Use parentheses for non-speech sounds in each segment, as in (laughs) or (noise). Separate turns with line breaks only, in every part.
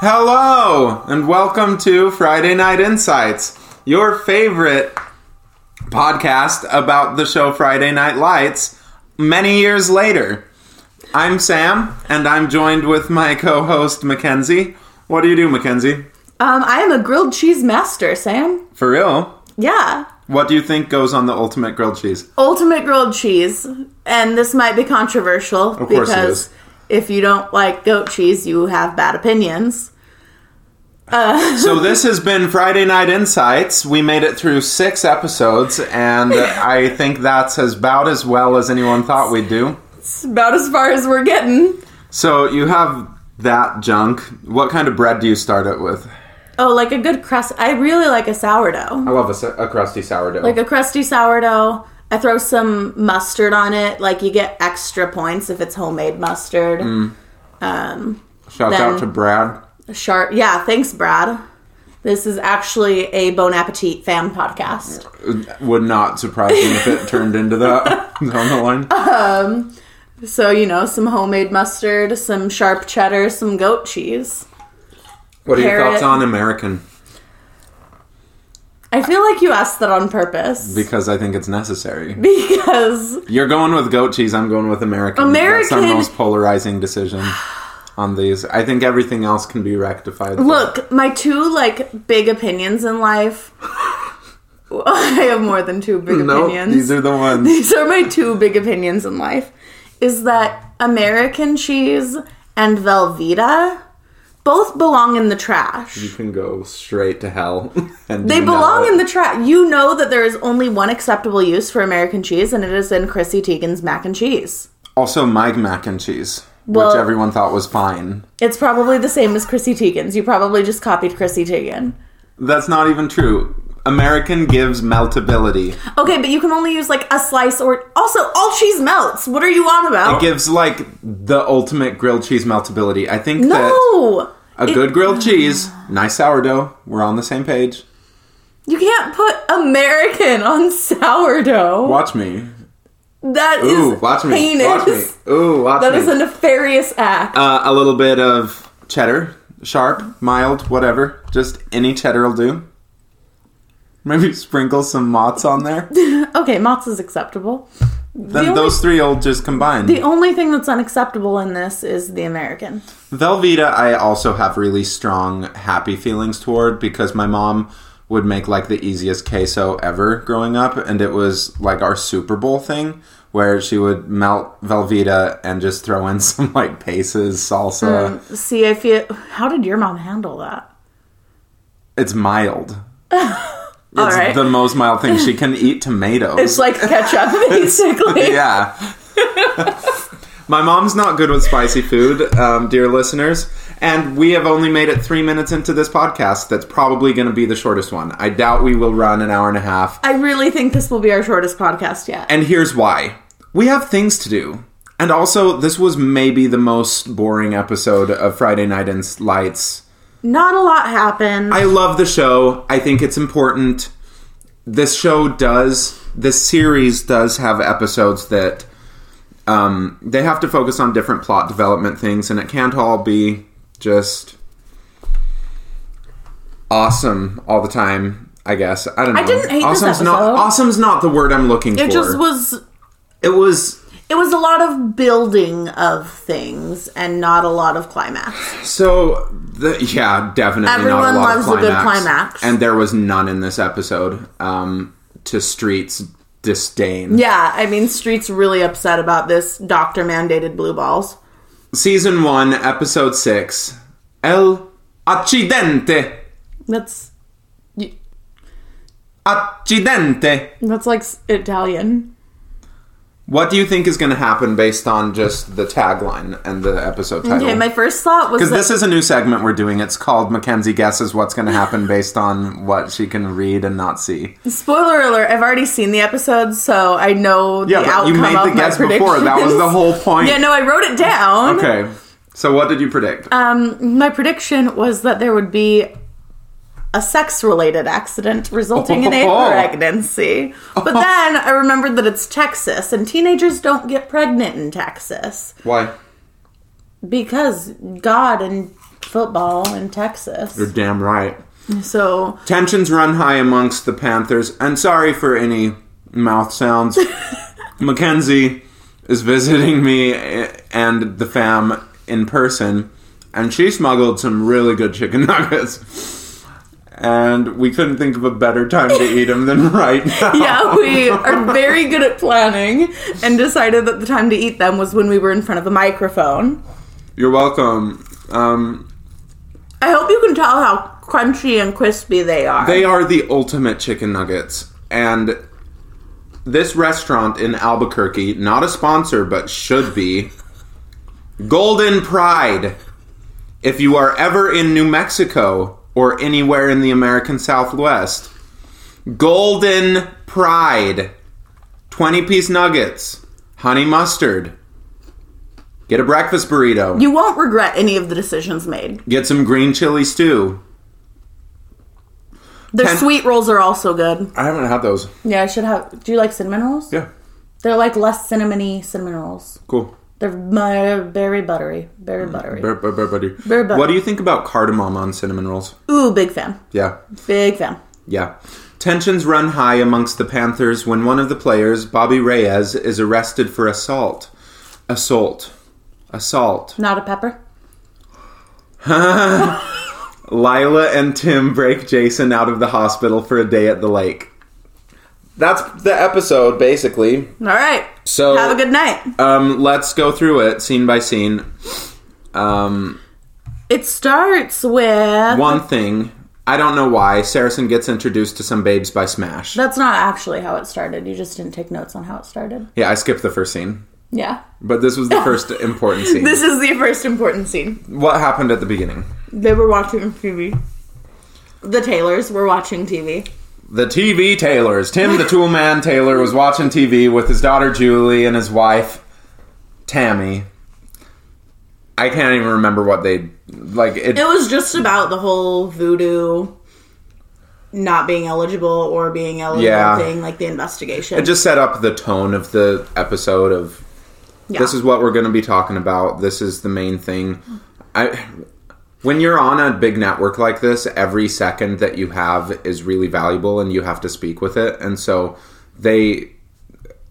Hello, and welcome to Friday Night Insights, your favorite podcast about the show Friday Night Lights many years later. I'm Sam, and I'm joined with my co host, Mackenzie. What do you do, Mackenzie?
Um, I am a grilled cheese master, Sam.
For real?
Yeah.
What do you think goes on the ultimate grilled cheese?
Ultimate grilled cheese. And this might be controversial
course it
because
is.
if you don't like goat cheese, you have bad opinions.
So, this has been Friday Night Insights. We made it through six episodes, and I think that's as about as well as anyone thought we'd do.
It's about as far as we're getting.
So you have that junk. What kind of bread do you start it with?
Oh, like a good crust. I really like a sourdough.
I love a, s- a crusty sourdough.
Like a crusty sourdough. I throw some mustard on it. Like you get extra points if it's homemade mustard.
Shout out
then-
to Brad.
Sharp. Yeah, thanks, Brad. This is actually a Bon Appetit fan podcast.
Would not surprise me if
(laughs)
it turned into that (laughs) down the line.
So, you know, some homemade mustard, some sharp cheddar, some goat cheese.
What are your
carrot.
thoughts on American?
I feel like you asked that on purpose
Because I think it's necessary.
because
You're going with goat cheese. I'm going with American. That's our
American-
most polarizing decision on these. I think everything else can be rectified.
look, my two like big opinions in life. (laughs) I have more than two big
no,
opinions.
these are the ones.
(laughs) These are my two big opinions in life is that American cheese and Velveeta both belong in the trash.
You can go straight to hell. (laughs) And
They
you know
belong
it.
in the trash. You know that there is only one acceptable use for American cheese, and it is in Chrissy Teigen's mac and cheese.
Also, my mac and cheese,
Well-
which everyone thought was fine.
It's probably the same as Chrissy Teigen's. You probably just copied Chrissy Teigen.
That's not even true. American gives meltability.
Okay, but you can only use like a slice or also all cheese melts. What are you on about?
It gives like the ultimate grilled cheese meltability. I think that
no,
a good grilled cheese, nice sourdough, we're on the same page.
you can't put American on sourdough.
Watch me.
That is
Ooh, watch me.
heinous.
Watch me. Ooh, watch
That
me.
is a nefarious act.
uh, a little bit of cheddar, sharp, mild, whatever. Just any cheddar will do. Maybe sprinkle some mozz on there.
okay, Mott's is acceptable.
Then
only-
those three will just combine.
The only thing that's unacceptable in this is the American.
Velveeta, I also have really strong happy feelings toward because my mom would make like the easiest queso ever growing up, and it was like our Super Bowl thing where she would melt Velveeta and just throw in (laughs) some like paces, salsa.
See, I feel. How did your mom handle that?
It's mild.
All
it's
right.
the most mild thing. She can eat tomatoes.
(laughs) It's like ketchup, (laughs)
(laughs)
basically.
yeah. My mom's not good with spicy food, um, dear listeners, and we have only made it three minutes into this podcast. That's probably going to be the shortest one. I doubt we will run an hour and a half.
I really think this will be our shortest podcast yet.
And here's why we have things to do. And also, this was maybe the most boring episode of Friday Night in Lights.
Not a lot happened.
I love the show. I think it's important. This show does, this series does have episodes that um, they have to focus on different plot development things, and it can't all be just awesome all the time. I guess I don't know. I
didn't hate this
awesome's not
episode.
awesome's not the word I'm looking for.
it just was.
It was
It was a lot of building of things and not a lot of climax.
so the, yeah, definitely. not
Everyone
a lot of
loves a good
climax.
climax.
and there was none in this episode. Um, to Street's disdain.
Yeah, I mean, Street's really upset about this doctor mandated blue balls.
Season one, episode six, El Accidente.
That's
Accidente.
that's like s- Italian.
What do you think is going to happen based on just the tagline and the episode title?
Okay, my first thought was
because
that,
this is a new segment we're doing. It's called Mackenzie guesses what's going to
(laughs)
happen based on what she can read and not see.
spoiler alert. I've already seen the episode, so I know the
Yeah, but
outcome
you made
of
the
my
guess before. That was the
predictions.
whole point.
(laughs) Yeah, no, I wrote it down.
Okay. So what did you predict?
Um, my prediction was that there would be a sex-related accident resulting in
Oh.
a pregnancy. But then I remembered that it's Texas, and teenagers don't get pregnant in Texas
Why?
because God and football in Texas.
You're damn right. (laughs)
So
Tensions run high amongst the Panthers, and sorry for any mouth sounds. Mackenzie is visiting me eh, and the fam in person, and she smuggled some really good chicken (laughs) nuggets. And we couldn't think of a better time to eat them than right now.
yeah, we are very good at planning and decided that the time to eat them was when we were in front of a microphone.
You're welcome. Um,
I hope you can tell how crunchy and crispy they are.
they are the ultimate chicken nuggets. And this restaurant in Albuquerque, not a sponsor, but should be Golden Pride. If you are ever in New Mexico or anywhere in the American Southwest, Golden Pride. 20 piece nuggets, honey mustard. Get a breakfast burrito.
you won't regret any of the decisions made.
Get some green chili stew.
Their
Ten-
sweet rolls are also good.
I haven't had those.
Yeah, I should have. Do you like cinnamon rolls?
Yeah,
They're like less cinnamony cinnamon rolls.
cool.
They're mu- very buttery, very
Mm,
buttery.
Bur- bur- bur- buddy.
Bur- bur-
What do you think about cardamom on cinnamon rolls?
Ooh, big fan,
Yeah,
big fan.
yeah. Tensions run high amongst the Panthers when one of the players, Bobby Reyes, is arrested for assault. Assault. Assault.
Not a pepper.
Lila and Tim break Jason out of the hospital for a day at the lake. That's the episode, basically.
All right.
So-
have a good night.
Um, let's go through it scene by scene. Um,
It starts with.
One thing, I don't know why, Saracen gets introduced to some babes by Smash.
That's not actually how it started. You just didn't take notes on how it started.
Yeah, I skipped the first scene.
Yeah.
But this
(laughs)
was the first important scene.
This is the first important scene.
what happened at the beginning?
They were watching TV. The Taylors were watching TV.
The TV Taylors. Tim the Tool Man Taylor was watching TV with his daughter Julie and his wife Tammy. I can't even remember what they like it,
It was just about the whole voodoo not being eligible or being eligible
Yeah.
thing, like the investigation.
it just set up the tone of the episode of
yeah.
this is what we're going to be talking about. This is the main thing. I when you're on a big network like this, every second that you have is really valuable and you have to speak with it. And so they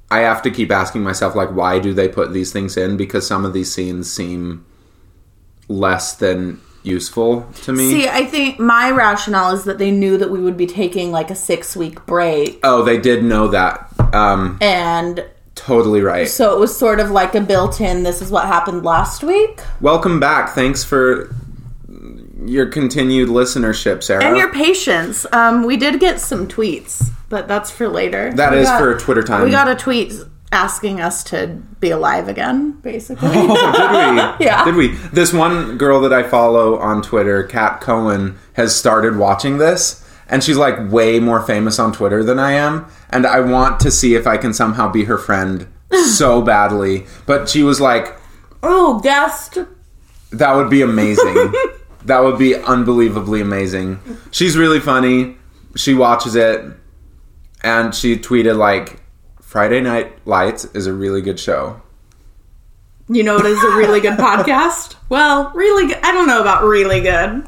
I have to keep asking myself like why do they put these things in because some of these scenes seem less than useful to me.
See, I think my rationale is that they knew that we would be taking like a six week break,
oh, they did know that. Um
and
totally right.
so it was sort of like a built in. This is what happened last week,
Welcome back. Thanks for your continued listenership, Sarah.
and your patience. Um, we did get some tweets, but that's for later.
That
That
is
is
for Twitter time.
We got a tweet asking us to be alive again, basically. (laughs)
Oh, did we?
Yeah.
Did we? This one girl that I follow on Twitter, Kat Cohen, has started watching this. And she's like way more famous on Twitter than I am. And I want to see if I can somehow be her
(laughs)
friend so badly. But she was like,
oh, guest.
that would be
(laughs)
amazing. that would be unbelievably amazing. She's really funny. She watches it. And she tweeted, like, Friday Night Lights is a really good show.
You know it is a really
(laughs)
good podcast? Well, really good. I don't know about really good.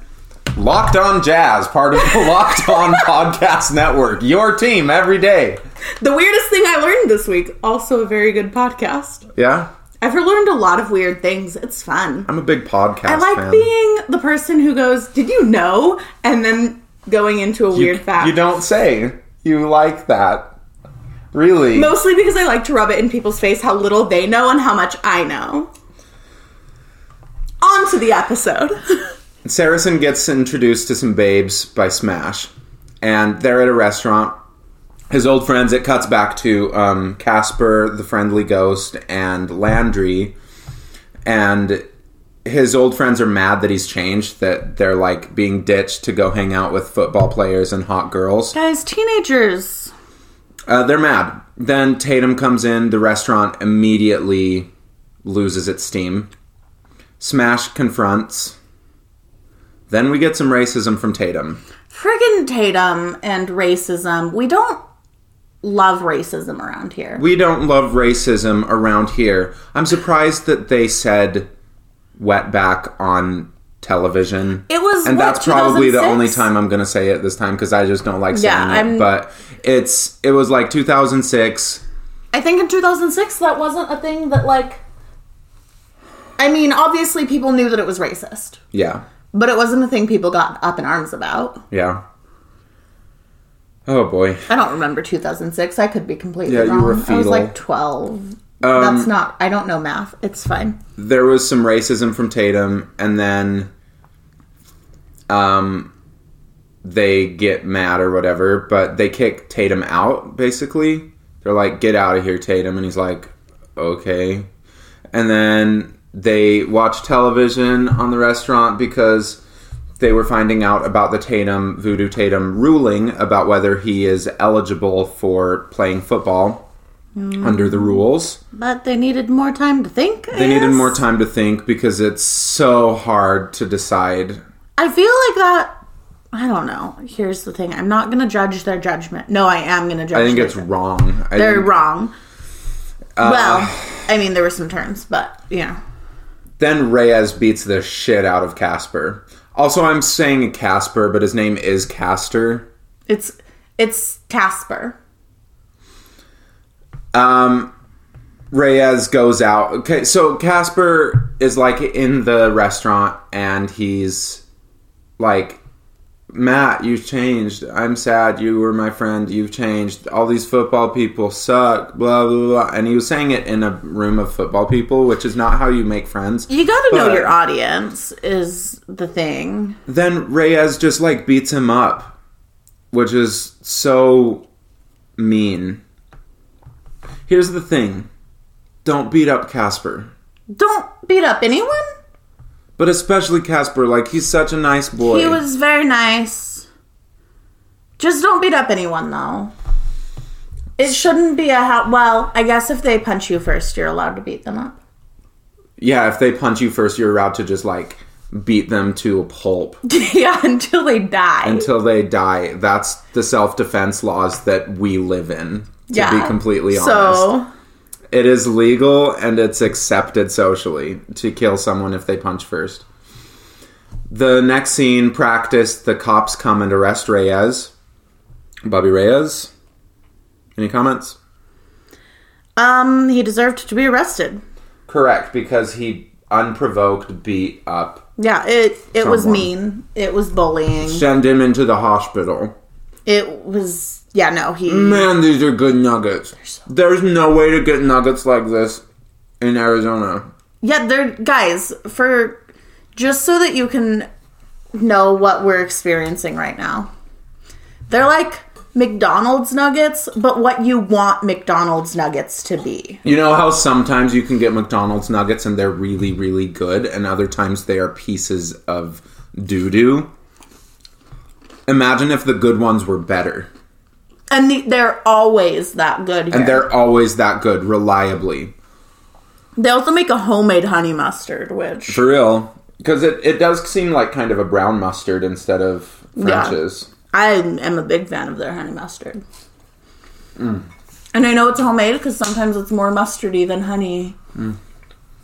Locked On Jazz, part of
(laughs)
the Locked On Podcast Network. Your team every day.
The weirdest thing I learned this week, also a very good podcast.
Yeah,
I've learned a lot of weird things. It's fun.
I'm a big podcast.
I like
fan.
being the person who goes, Did you know? And then going into a weird fact.
You don't say you like that, really.
Mostly because I like to rub it in people's face how little they know and how much I know. On to the episode.
Saracen gets introduced to some babes by Smash, and they're at a restaurant. His old friends. It cuts back to um, Casper, the friendly ghost, and Landry, and his old friends are mad that he's changed. That they're like being ditched to go hang out with football players and hot girls.
Guys, teenagers.
Uh, they're mad. Then Tatum comes in. The restaurant immediately loses its steam. Smash confronts. Then we get some racism from Tatum.
Friggin' Tatum and racism. We don't love racism around here.
We don't love racism around here. I'm surprised that they said wetback on television.
It was,
and
what,
that's probably the only
2006?
time I'm gonna say it this time because I just don't like saying
Yeah,
it.
I'm-
But it's it was like 2006.
I think in 2006 that wasn't a thing that like I mean, obviously people knew that it was racist,
Yeah,
but it wasn't a thing people got up in arms about.
yeah. Oh boy.
I don't remember 2006. I could be completely
Yeah,
wrong.
you were
I was
fetal. Um,
like 12. That's not I don't know math. It's fine.
there was some racism from Tatum, and then um, they get mad or whatever, but they kick Tatum out, basically. They're like, get out of here, Tatum. And he's like, okay. And then they watch television on the restaurant because they were finding out about the Tatum, Voodoo Tatum ruling about whether he is eligible for playing football under the rules
But they needed more time to think.
they needed more time to think because it's so hard to decide.
I feel like that I don't know. Here's the thing. I'm not going to judge their judgment. No, I am going to judge
I think
their
it's Uh, wrong. I
They're
think-
wrong. well, I mean, there were some terms, but yeah.
Then Reyes beats the shit out of Casper. Also, I'm saying Casper, but his name is Caster.
It's it's Casper.
Um, Reyes goes out. Okay, so Casper is like in the restaurant and he's like, Matt, you've changed. I'm sad. You were my friend. You've changed. All these football people suck. Blah, blah, blah. And he was saying it in a room of football people, which is not how you make friends.
You got to know
But-
your audience is the thing.
Then Reyes just like beats him up, which is so mean. Here's the thing don't beat up Casper.
Don't beat up anyone.
But especially Casper, like he's such a nice boy.
He was very nice. Just don't beat up anyone though. It shouldn't be a how. Well, I guess if they punch you first, you're allowed to beat them up. (laughs)
yeah, if they punch you first, you're allowed to just like beat them to a pulp
yeah, until they die.
until they die. That's the self defense laws that we live in. To
yeah.
be completely honest,
So
it is legal and it's accepted socially to kill someone if they punch first. The next scene, practice. The cops come and arrest Reyes, Bobby Reyes. Any comments?
um, he deserved to be arrested.
Correct, because he unprovoked beat up,
Yeah, it it was
Someone.
mean. It was bullying.
send him into the hospital.
It was yeah. No, he.
Man, these are good nuggets. There's no way to get nuggets like this in Arizona.
Yeah, they're guys for just so that you can know what we're experiencing right now. They're like McDonald's nuggets, but what you want McDonald's nuggets to be.
You know how sometimes you can get McDonald's nuggets and they're really, really good, and other times they are pieces of doo doo? Imagine if the good ones were better.
And the, they're always that good. Here.
And they're always that good, reliably.
they also make a homemade honey mustard, which
For real. Because it, it does seem like kind of a brown mustard instead of
Yeah.
French's.
I am a big fan of their honey mustard. Mm. And I know it's homemade because sometimes it's more mustardy than honey.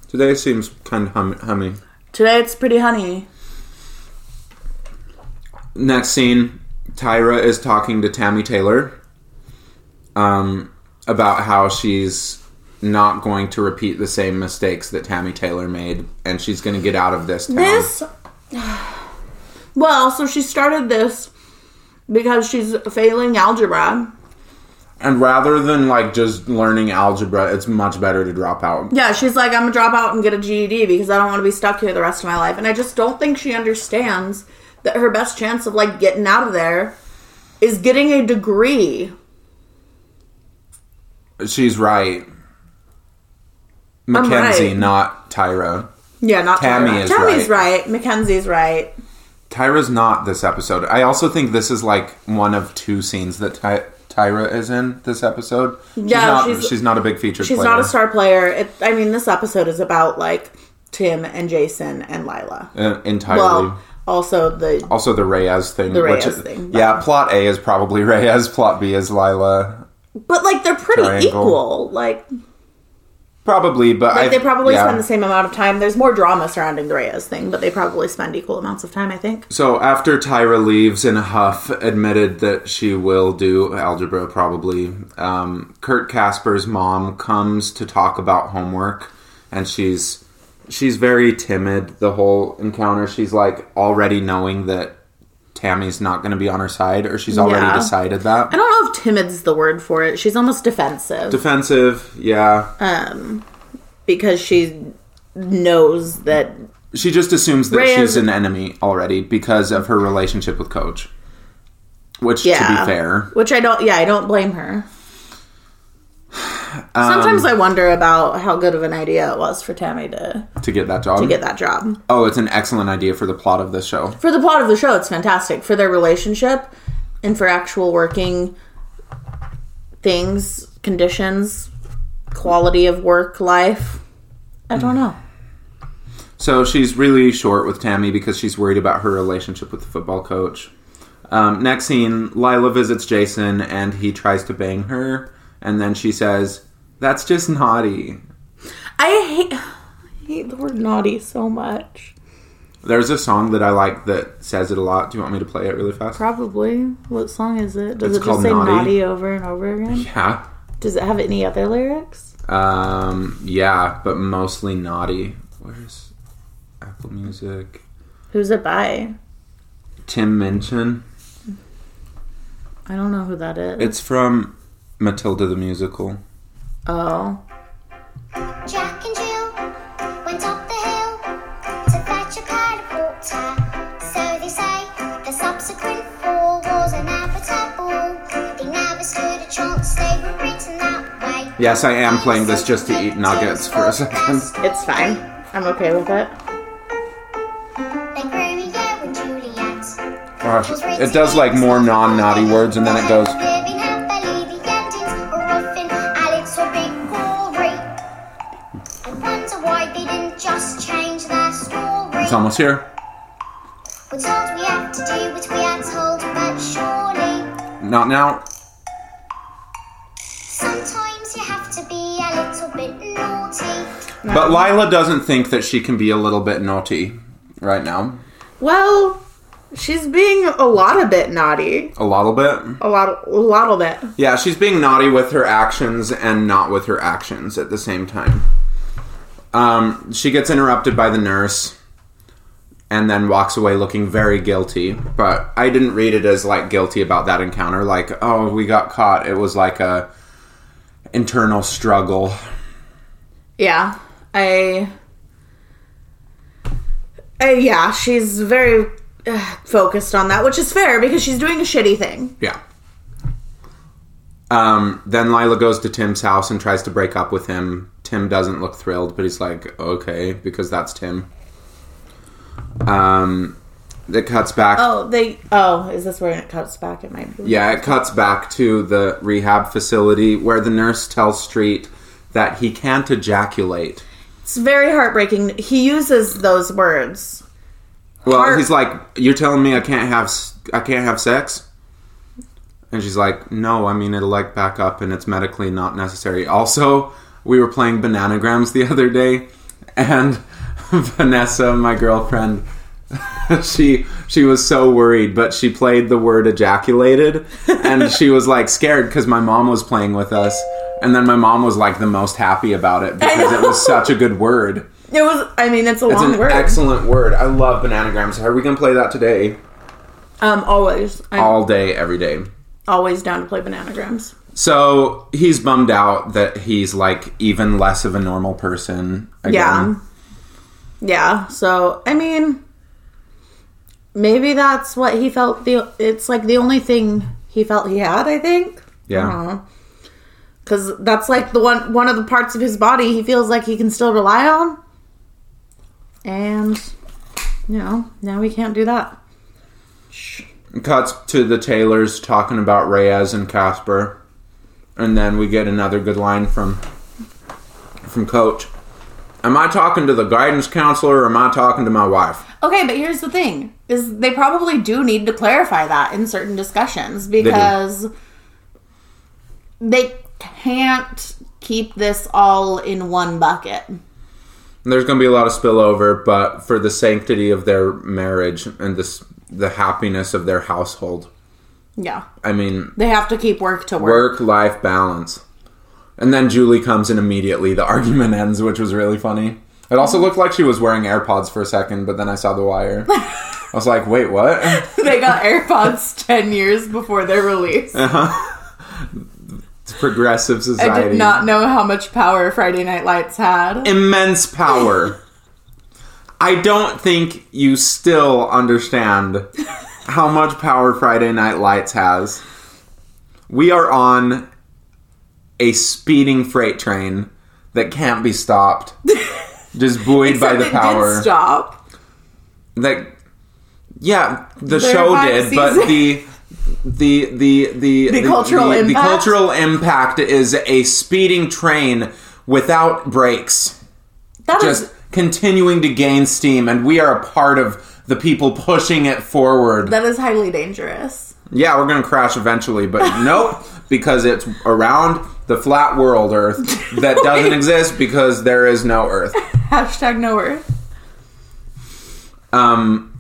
Today seems kind of hum- hummy.
Today it's pretty honey.
Next scene, Tyra is talking to Tammy Taylor um, about how she's not going to repeat the same mistakes that Tammy Taylor made, and she's going to get out of this town.
This. (sighs) Well, so she started this because she's failing algebra.
and rather than like just learning algebra, it's much better to drop out.
Yeah, she's like, I'm gonna drop out and get a GED because I don't want to be stuck here the rest of my life. And I just don't think she understands that her best chance of like getting out of there is getting a degree.
She's right. Mackenzie,
right.
not Tyra.
Yeah, not
Tammy
Tyra.
is
Tammy's right. Mackenzie's right.
Tyra's not this episode. I also think this is like one of two scenes that Ty- Tyra is in this episode. She's
Yeah,
not,
she's-
not a big featured.
She's
player.
not a star player. It, I mean, this episode is about like Tim and Jason and Lila.
Uh, entirely.
Well, also the
also the Reyes thing. The
Reyes thing, but-
Yeah, plot A is probably (laughs) Reyes, plot B is Lila.
But like they're pretty
Triangle.
equal. Like
Probably, but I,
Like they probably
yeah.
spend the same amount of time. There's more drama surrounding the Reyes thing, but they probably spend equal amounts of time, I think.
So after Tyra leaves in a huff, admitted that she will do algebra probably. Um, Kurt Casper's mom comes to talk about homework, and she's she's very timid. The whole encounter, she's like already knowing that Tammy's not going to be on her side, or she's already
Yeah.
decided that.
I don't know if timid's the word for it. She's almost defensive
Defensive, yeah.
because she knows that
she just assumes that
Reyes-
she's an enemy already because of her relationship with Coach. Which,
yeah.
to be fair,
Which I don't yeah, I don't blame
(sighs)
her.
Um,
Sometimes I wonder about how good of an idea it was for Tammy to,
to get that job,
to get that job.
Oh, it's an excellent idea for the plot of this show.
For the plot of the show, it's fantastic. For their relationship and for actual working things, conditions, quality of work, life. I don't know.
So she's really short with Tammy because she's worried about her relationship with the football coach. Um, next scene, Lila visits Jason and he tries to bang her, and then she says, "That's just naughty."
I hate, I hate the word naughty so much.
There's a song that I like that says it a lot. Do you want me to play it really fast?
Probably. What song is it? Does
It's
it
called
just say
Naughty.
naughty. over and over again?
Yeah.
Does it have any other lyrics?
Um, yeah, but mostly naughty. Where's Apple Music?
Who's it by?
Tim Minchin.
I don't know who that is.
It's from Matilda the Musical.
oh.
Jack and Jill went up the hill to fetch a catapult tire. So they say the subsequent fall was inevitable. They never stood a chance, they were written that way.
Yes, I am playing this just to eat nuggets for a second.
It's fine. I'm okay with it.
They grew a year when Juliet
Gosh, it does like more non naughty words, and then it goes,
Living happily, the endings are often Alex will be gory. I wonder why they didn't just change their story.
it's almost here.
We're told we have to do what we are told, but surely
Not now.
sometimes you have to be a little bit naughty.
But Lila doesn't think that she can be a little bit naughty right now.
Well, she's being a lot a bit naughty.
A little bit.
A lot, a lot bit.
Yeah, she's being naughty with her actions and not with her actions at the same time. Um, she gets interrupted by the nurse and then walks away looking very guilty. But I didn't read it as like guilty about that encounter. Like, oh, we got caught. It was like a internal struggle.
Yeah, I. I- yeah, she's very uh, focused on that, which is fair because she's doing a shitty thing.
Yeah. Um, then Lila goes to Tim's house and tries to break up with him. Tim doesn't look thrilled, but he's like, okay, because that's Tim. Um, it cuts back.
Oh, they. Oh, is this where it cuts back? It might be.
Yeah, it cuts back to the rehab facility where the nurse tells Street that he can't ejaculate.
It's very heartbreaking. He uses those words.
Well,
Heart-
he's like, "You're telling me I can't have s- I can't have sex?" And she's like, "No, I mean it'll like back up and it's medically not necessary." Also, we were playing bananagrams the (laughs) other day and (laughs) Vanessa, my girlfriend, (laughs) she she was so worried, but she played the word ejaculated and she was like scared cuz my mom was playing with us. And then my mom was like the most happy about it because it
know.
was such a good word.
It was. I mean, it's a
It's
long
an
word.
excellent word. I love bananagrams. Are we gonna play that today?
um, always. I'm
All day, every day.
always down to play bananagrams.
So he's bummed out that he's like even less of a normal person. Again.
Yeah. Yeah. So, I mean, maybe that's what he felt. The it's like the only thing he felt he had. I think.
Yeah.
Uh-huh. Because that's like the one one of the parts of his body he feels like he can still rely on. And you know now we can't do that.
Cuts to the Taylors talking about Reyes and Casper, and then we get another good line from from Coach. Am I talking to the guidance counselor or am I talking to my wife?
Okay, but here's the thing: is they probably do need to clarify that in certain discussions because they, can't keep this all in one bucket.
There's going to be a lot of spillover, but for the sanctity of their marriage and this, the happiness of their household.
Yeah.
I mean,
They have to keep work to work.
work life balance. And then Julie comes in immediately. The (laughs) argument ends, which was really funny. It also looked like she was wearing AirPods for a second, but then I saw the
(laughs)
wire. I was like, wait, what?
they got
(laughs)
AirPods 10 years before their release.
Uh, It's progressive
I
society.
did not know how much power Friday Night Lights had.
Immense power. I don't think you still understand how much power Friday Night Lights has. We are on a speeding freight train that can't be
(laughs)
stopped, just buoyed by
Except
the
it
power.
Did stop.
like yeah the
Their
show
hot
did but
season.
the the the the the
cultural
the,
impact?
cultural impact is a speeding train without brakes
That is
just continuing to gain steam and we are a part of the people pushing it forward
that is highly dangerous.
yeah we're gonna crash eventually
(laughs)
but nope because it's around the flat world earth
(laughs)
that doesn't exist because there is no earth
Hashtag no earth.
um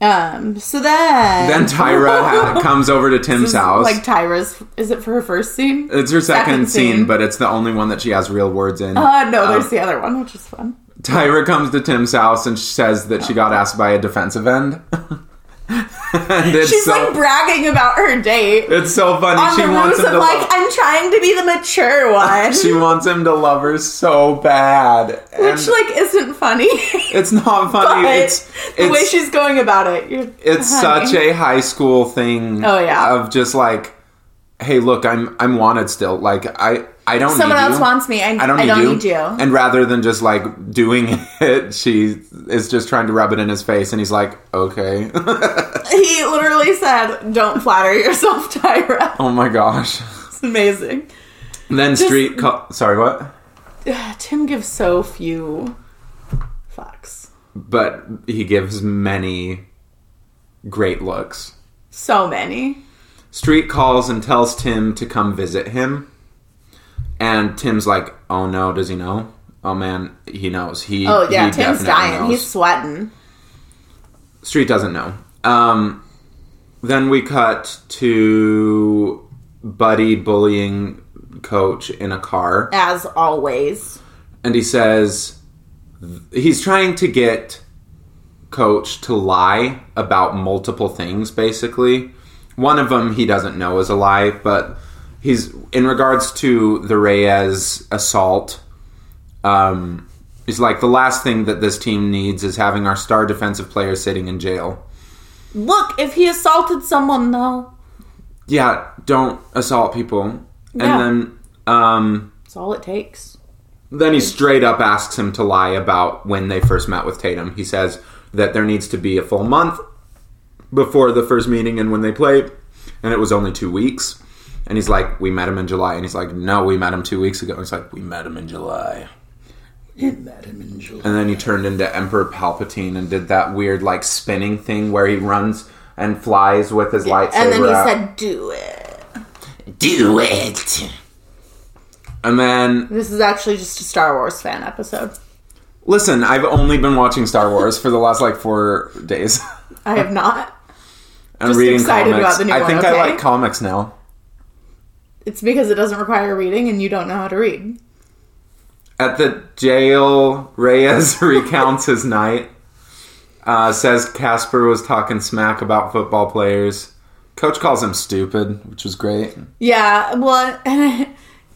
Um. So then,
then Tyra ha- comes over to Tim's
This is
house.
Like Tyra's, is it for her first scene?
It's her second,
Second
scene,
scene.
but it's the only one that she has real words in.
Uh, no,
Um,
there's the other one, which is fun.
Tyra comes to Tim's house and she says that she got asked by a defensive end. (laughs) and it's
She's
so
like bragging about her date
it's so funny.
on
she
the
wants him
ruse of
to
like,
love,
I'm trying to be the
(laughs)
mature one, (laughs)
she wants him to love her so bad.
which like isn't funny. (laughs)
it's not funny.
but
It's
the way
it's
she's going about it, you're,
it's
honey.
such a high school thing.
Oh, yeah.
of just like, hey, look, I'm I'm wanted still. Like I I don't.
someone
need
else
you.
wants me. I,
I don't, need, you.
need you.
And rather than just like doing (laughs) it, she is just trying to rub it in his face, and he's like, okay. (laughs)
he literally said, "Don't flatter yourself, (laughs) Tyra."
oh my gosh.
It's amazing. (sighs)
And then street. Co- Sorry, what?
Tim gives so few fucks.
But he gives many great looks.
So many.
Street calls and tells Tim to come visit him. And Tim's like, oh no, does he know? Oh man, he knows. He
Oh yeah,
he
Tim's
definitely
dying.
knows.
He's sweating.
Street doesn't know. Um, then we cut to Buddy bullying Coach in a car,
as always.
and he says he's trying to get Coach to lie about multiple things, basically. One of them he doesn't know is a lie, but he's in regards to the Reyes assault. Um, he's like the last thing that this team needs is having our star defensive player sitting in jail.
Look, if he assaulted someone though,
yeah, don't assault people.
Yeah.
And then um
it's all it takes.
then he straight up asks him to lie about when they first met with Tatum. He says that there needs to be a full month before the first meeting and when they play, and it was only 2 weeks. And he's like, "We met him in July." And he's like, "No, we met him 2 weeks ago." And he's like, "We met him in July." And then he turned into Emperor Palpatine and did that weird like spinning thing where he runs and flies with his lightsaber.
And then he
out.
said, "Do it."
Do it. And then,
This is actually just a Star Wars fan episode.
listen, I've only been watching Star Wars for the last like four days. (laughs)
I have not.
I'm
Just
reading
excited
comics.
about the new
I
one,
think I
okay?
like comics now.
It's because it doesn't require reading, and you don't know how to read.
At the jail, Reyes (laughs) recounts his night. Uh, says Casper was talking smack about football players. Coach calls him stupid, which was great.
Yeah, well, (laughs) and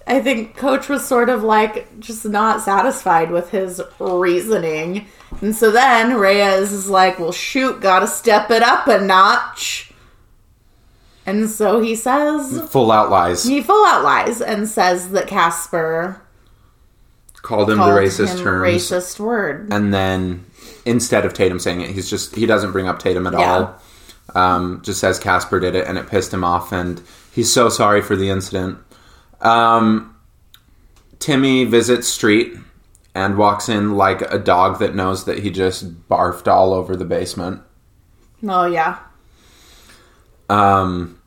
I, I think Coach was sort of like just not satisfied with his reasoning. And so then Reyes is like, well, shoot, gotta step it up a notch. And so he says,
Full out lies.
he full out lies and says that Casper
Called him
called
the racist
him
terms.
racist word.
and then instead of Tatum saying it, he's just he doesn't bring up Tatum at
Yeah.
all. Um, just says Casper did it, and it pissed him off, and he's so sorry for the incident. Um, Timmy visits Street and walks in like a dog that knows that he just barfed all over the basement.
Oh, yeah.
Um,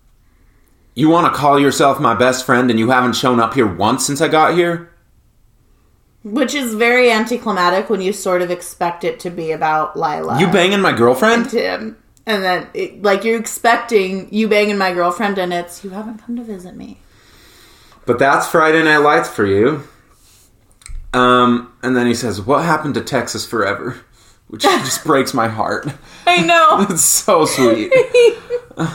You want to call yourself my best friend and you haven't shown up here once since I got here?
Which is very anticlimactic when you sort of expect it to be about Lila.
You banging my girlfriend?
Tim. And then, it, like, you're expecting you banging my girlfriend, and it's you haven't come to visit me.
But that's Friday Night Lights for you. Um, and then he says, What happened to Texas Forever? (laughs) Which just breaks my heart. (laughs)
I know.
It's so sweet.
(laughs)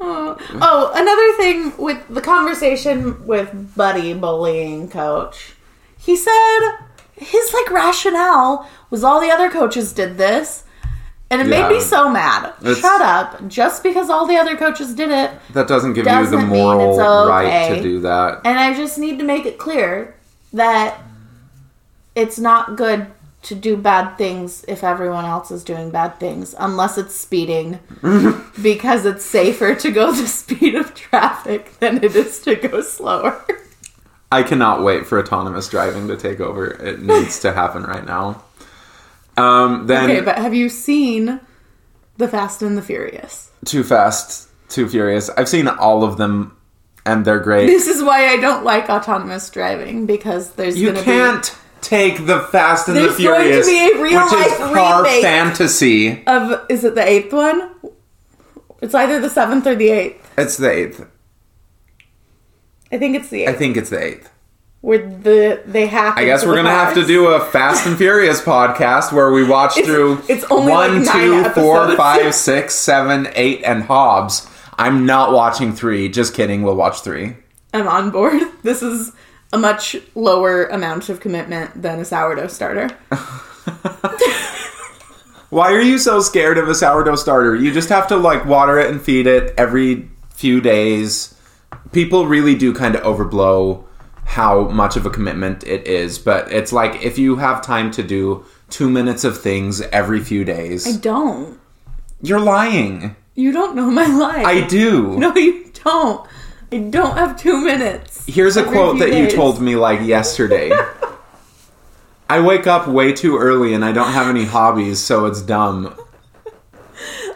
Oh, another thing with the conversation with Buddy bullying coach. He said his like rationale was all the other coaches did this. And it
Yeah.
made me so mad.
It's-
Shut up. Just because all the other coaches did it,
That doesn't give you the
Doesn't mean
moral
it's
right to
okay.
do that.
and I just need to make it clear that it's not good to do bad things if everyone else is doing bad things, unless
(laughs)
it's speeding, because it's safer to go the speed of traffic than it is to go slower.
I cannot wait for autonomous driving to take over. It needs to happen right now. Um, then
Okay, but have you seen The Fast and the Furious?
Too Fast, Too Furious. I've seen all of them, and they're great.
This is why I don't like autonomous driving because there's
You
gonna
can't take the Fast and the
There's going to
Furious,
be a real
which is
life
car
remake.
fantasy.
be of is it the eighth one? It's either the seventh or the eighth.
It's the eighth.
I think it's the
I
eighth.
think it's the eighth.
where the they hack.
I guess we're gonna have to do a Fast and Furious podcast where we watch
It's-
through
it's only
one,
like nine
two, four,
episodes.
five, six, seven, eight, and Hobbs. I'm not watching three. Just kidding. We'll watch three.
I'm on board. (laughs) This is a much lower amount of commitment than a sourdough starter.
Why are you so scared of a sourdough starter? You just have to like water it and feed it every few days. People really do kind of overblow how much of a commitment it is, but it's like if you have time to do two minutes of things every few
I
days,
don't.
you're lying.
You don't know my life.
I do.
(laughs) no, you don't. I don't have two minutes.
Here's a
Every
quote
few
that
days.
you told me like
(laughs)
yesterday. I wake up way too early and I don't have any hobbies, so it's dumb.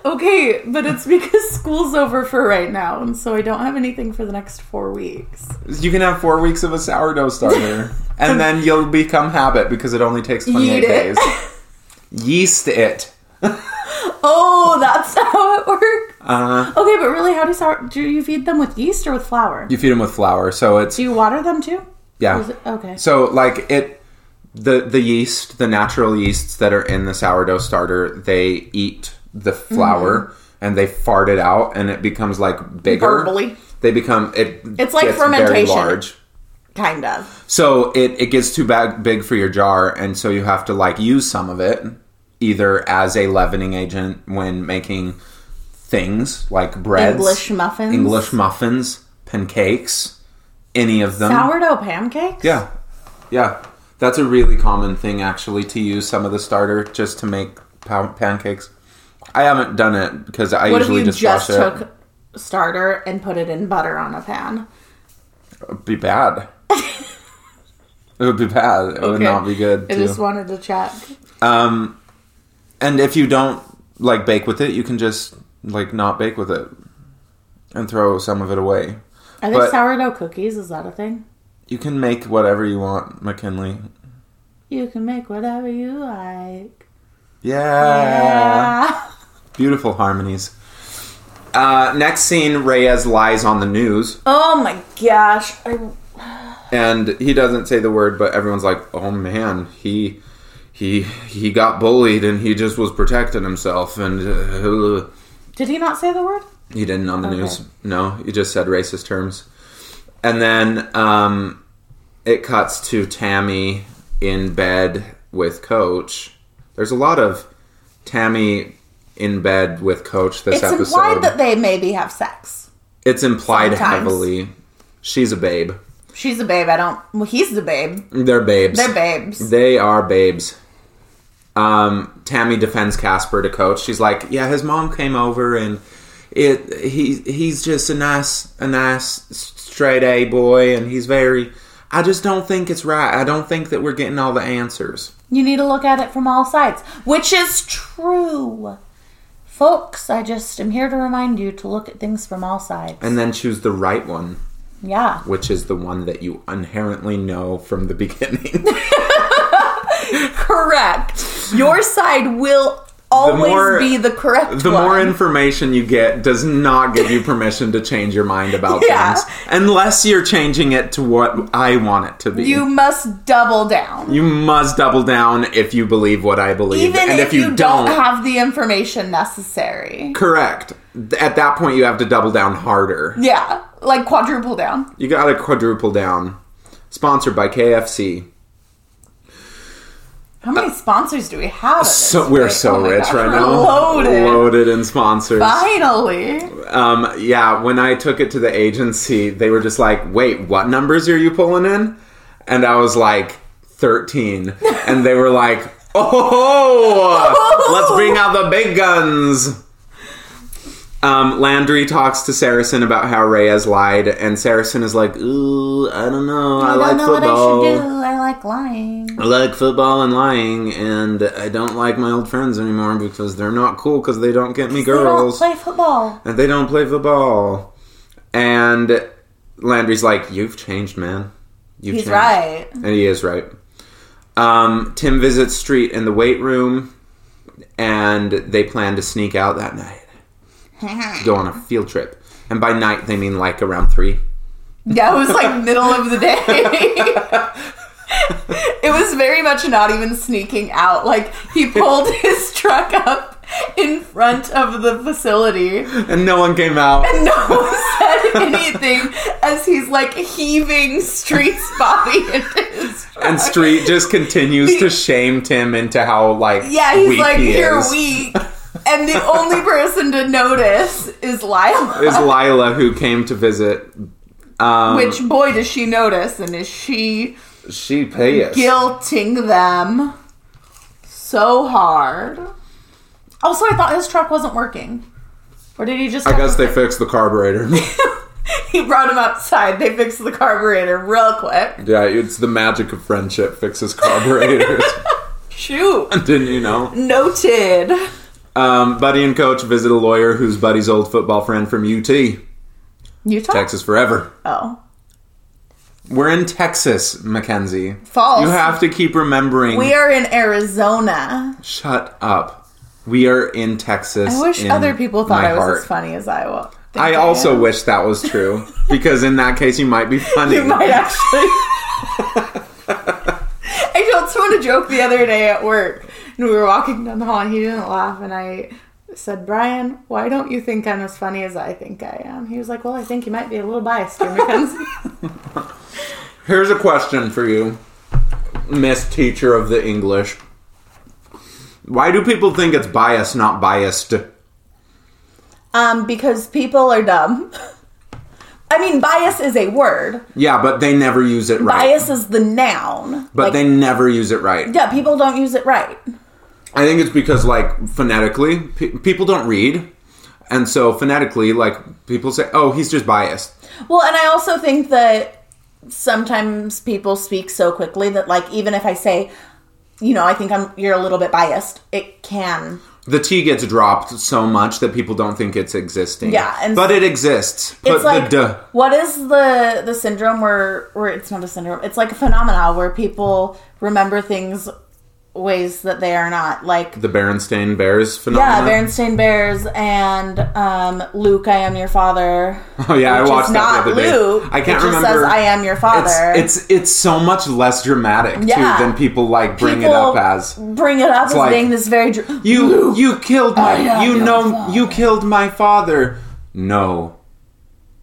Okay, but it's because school's over for right now, and so I don't have anything for the next four weeks.
You can have four weeks of a sourdough
(laughs)
starter, and then you'll become habit because it only takes 28
Yeet it.
days. Yeast it.
(laughs) oh, that's (laughs) how it works.
Uh,
Okay, but really, how do you sour- do you feed them with yeast or with flour?
you feed them with flour, so it's
do you water them too? Is
yeah.
it- okay.
So like it, the the yeast, the natural yeasts that are in the sourdough starter, they eat the flour
Mm-hmm.
and they fart it out, and it becomes like bigger.
Burbly.
They become it.
It's like
gets very
fermentation.
large.
kind of.
So it, it gets too bag, big for your jar, and so you have to like use some of it either as a leavening agent when making things like breads,
English muffins.
English muffins, pancakes, any of them.
Sourdough pancakes?
Yeah, yeah, that's a really common thing actually to use some of the starter just to make pa- pancakes. I haven't done it because I
What if
usually
you
just,
just,
wash
took starter and put it in butter on a pan?
it. It'd be
(laughs)
bad. it would be bad. It would
Okay.
not be good.
I
too.
just wanted to check.
Um, and if you don't like bake with it, you can just like not bake with it and throw some of it away.
Are there
But-
sourdough cookies? Is that a thing?
You can make whatever you want, McKinley.
You can make whatever you like.
Yeah. Beautiful harmonies. Uh, next scene, Reyes lies on the news,
Oh my gosh. I,
and he doesn't say the word, but everyone's like, "Oh man, he, he, he got bullied, and he just was protecting himself." And uh,
did he not say the word?
He didn't on the
Okay.
news. No, he just said racist terms. And then um, it cuts to Tammy in bed with Coach. There's a lot of Tammy in bed with Coach this
It's
episode.
implied that they maybe have sex.
it's implied
Sometimes.
heavily. She's a babe.
She's a babe. I don't. Well, he's the babe.
They're babes.
They're babes.
They are babes. Um, Tammy defends Casper to coach. She's like, "Yeah, his mom came over and it he he's just a nice a nice straight A boy and he's very I just don't think it's right. I don't think that we're getting all the answers."
You need to look at it from all sides, which is true. Folks, I just am here to remind you to look at things from all sides.
And then choose the right one,
yeah.
which is the one that you inherently know from the (laughs) beginning.
Correct. Your side will always
more-
be the correct
the
one.
more information you get does not give you permission to change your mind about
(laughs) Yeah.
things unless you're changing it to what I want it to be.
you must double down.
You must double down if you believe what I believe.
Even
and
if, you, don't,
don't,
have the information necessary.
correct. Th- At that point, you have to double down harder.
Yeah. Like quadruple down.
You gotta quadruple down. Sponsored by KFC.
How many sponsors do we have? at this
So we're
point?
so
Oh my
rich
gosh,
right
we're
now.
Loaded.
Loaded in sponsors.
Finally.
Um, yeah, when I took it to the agency, they were just like, wait, what numbers are you pulling in? And I was like, (laughs) 13. and they were like, oh, let's bring out the big guns. Um, Landry talks to Saracen about how Reyes lied, and Saracen is like, ooh, I don't know. I, like football.
I like lying.
I like football and lying, and I don't like my old friends anymore because they're not cool because they don't get me girls
play football.
and they don't play football. And Landry's like, "You've changed, man. You've
He's
changed."
right.
and he is right. Um, Tim visits Street in the weight room, and they plan to sneak out that night,
(laughs)
go on a field trip. And by night, they mean like around three.
Yeah, it
(laughs)
was like middle of the day. it was very much not even sneaking out. Like he
(laughs)
pulled his truck up in front of the facility.
And no one came
(laughs)
out.
No one said anything as he's like heaving Street's body into his truck.
And Street just continues to shame Tim into how like
Yeah, he's
weak
like,
he
you're
is. (laughs)
weak. And the only person to notice is Lila.
Is Lila who came to visit? Um,
Which boy does she notice? And is she
she pays.
guilting them so hard? Also, I thought his truck wasn't working. Or did he just?
I guess they fixed the carburetor.
(laughs)
(laughs)
he brought him outside. They fixed the carburetor real quick.
yeah, it's the magic of friendship fixes
(laughs)
carburetors.
Shoot,
Didn't you know?
noted.
Um, buddy and coach visit a lawyer who's Buddy's old football friend from UT,
Utah.
Texas forever.
Oh,
We're in Texas, Mackenzie.
false.
You have to keep remembering.
we are in Arizona.
Shut up. We are in Texas.
I wish
in
other people thought
my
I was
heart.
as funny as I was.
I also wish that was true because in that case you might be funny.
(laughs) You might actually. (laughs) I told someone a joke the other day at work, and we were walking down the hall, and he didn't laugh, and I said, "Brian, why don't you think I'm as funny as I think I am?" He was like, "Well, I think you might be a little biased here, (laughs) Mackenzie."
Here's a question for you, Miss Teacher of the English. Why do people think it's biased, not biased?
um, because people are dumb. I mean, bias is a word.
Yeah, but they never use it right.
Bias is the noun.
But
Like,
they never use it right.
yeah, people don't use it right.
I think it's because, like, phonetically, pe- people don't read. And so, phonetically, like, people say, oh, he's just biased.
Well, and I also think that sometimes people speak so quickly that, like, even if I say, you know, I think I'm you're a little bit biased, it can.
The T gets dropped so much that people don't think it's existing.
Yeah, and
but it exists. But
It's like
the duh.
what is the the syndrome where where it's not a syndrome? It's like a phenomenon where people remember things ways that they are not. Like
The Berenstain Bears
yeah,
phenomenon.
Berenstain Bears and um, Luke, I am your father.
Oh (laughs) yeah, I
which
watched
is
that
not
the other day.
Luke.
I can't
it just
remember.
Says I am your father.
It's, it's it's so much less dramatic
Yeah.
too than people like bring it
People
up as.
bring it up as
like-
being this very dr-
You you killed
I
my
am
you
your
know
father.
you killed my father. No.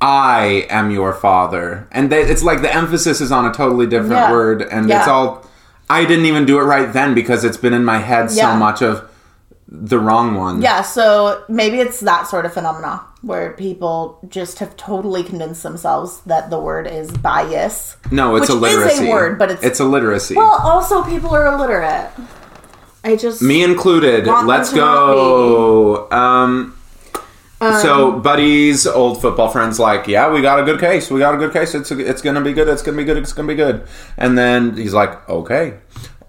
I am your father. And they, it's like the emphasis is on a totally different
Yeah.
word and it's
Yeah.
all I didn't even do it right then because it's been in my head so
Yeah.
much of the wrong one.
Yeah, so maybe it's that sort of phenomena where people just have totally convinced themselves that the word is bias.
No, it's
Which is a
illiteracy.
word, but it's-
it's illiteracy.
Well, also people are illiterate. I just
Me included.
Want them
Let's
to not
go. Um, so
Um,
buddies, old football friends, like, yeah, we got a good case. We got a good case. It's it's gonna be good. It's gonna be good. It's gonna be good. And then he's like, okay.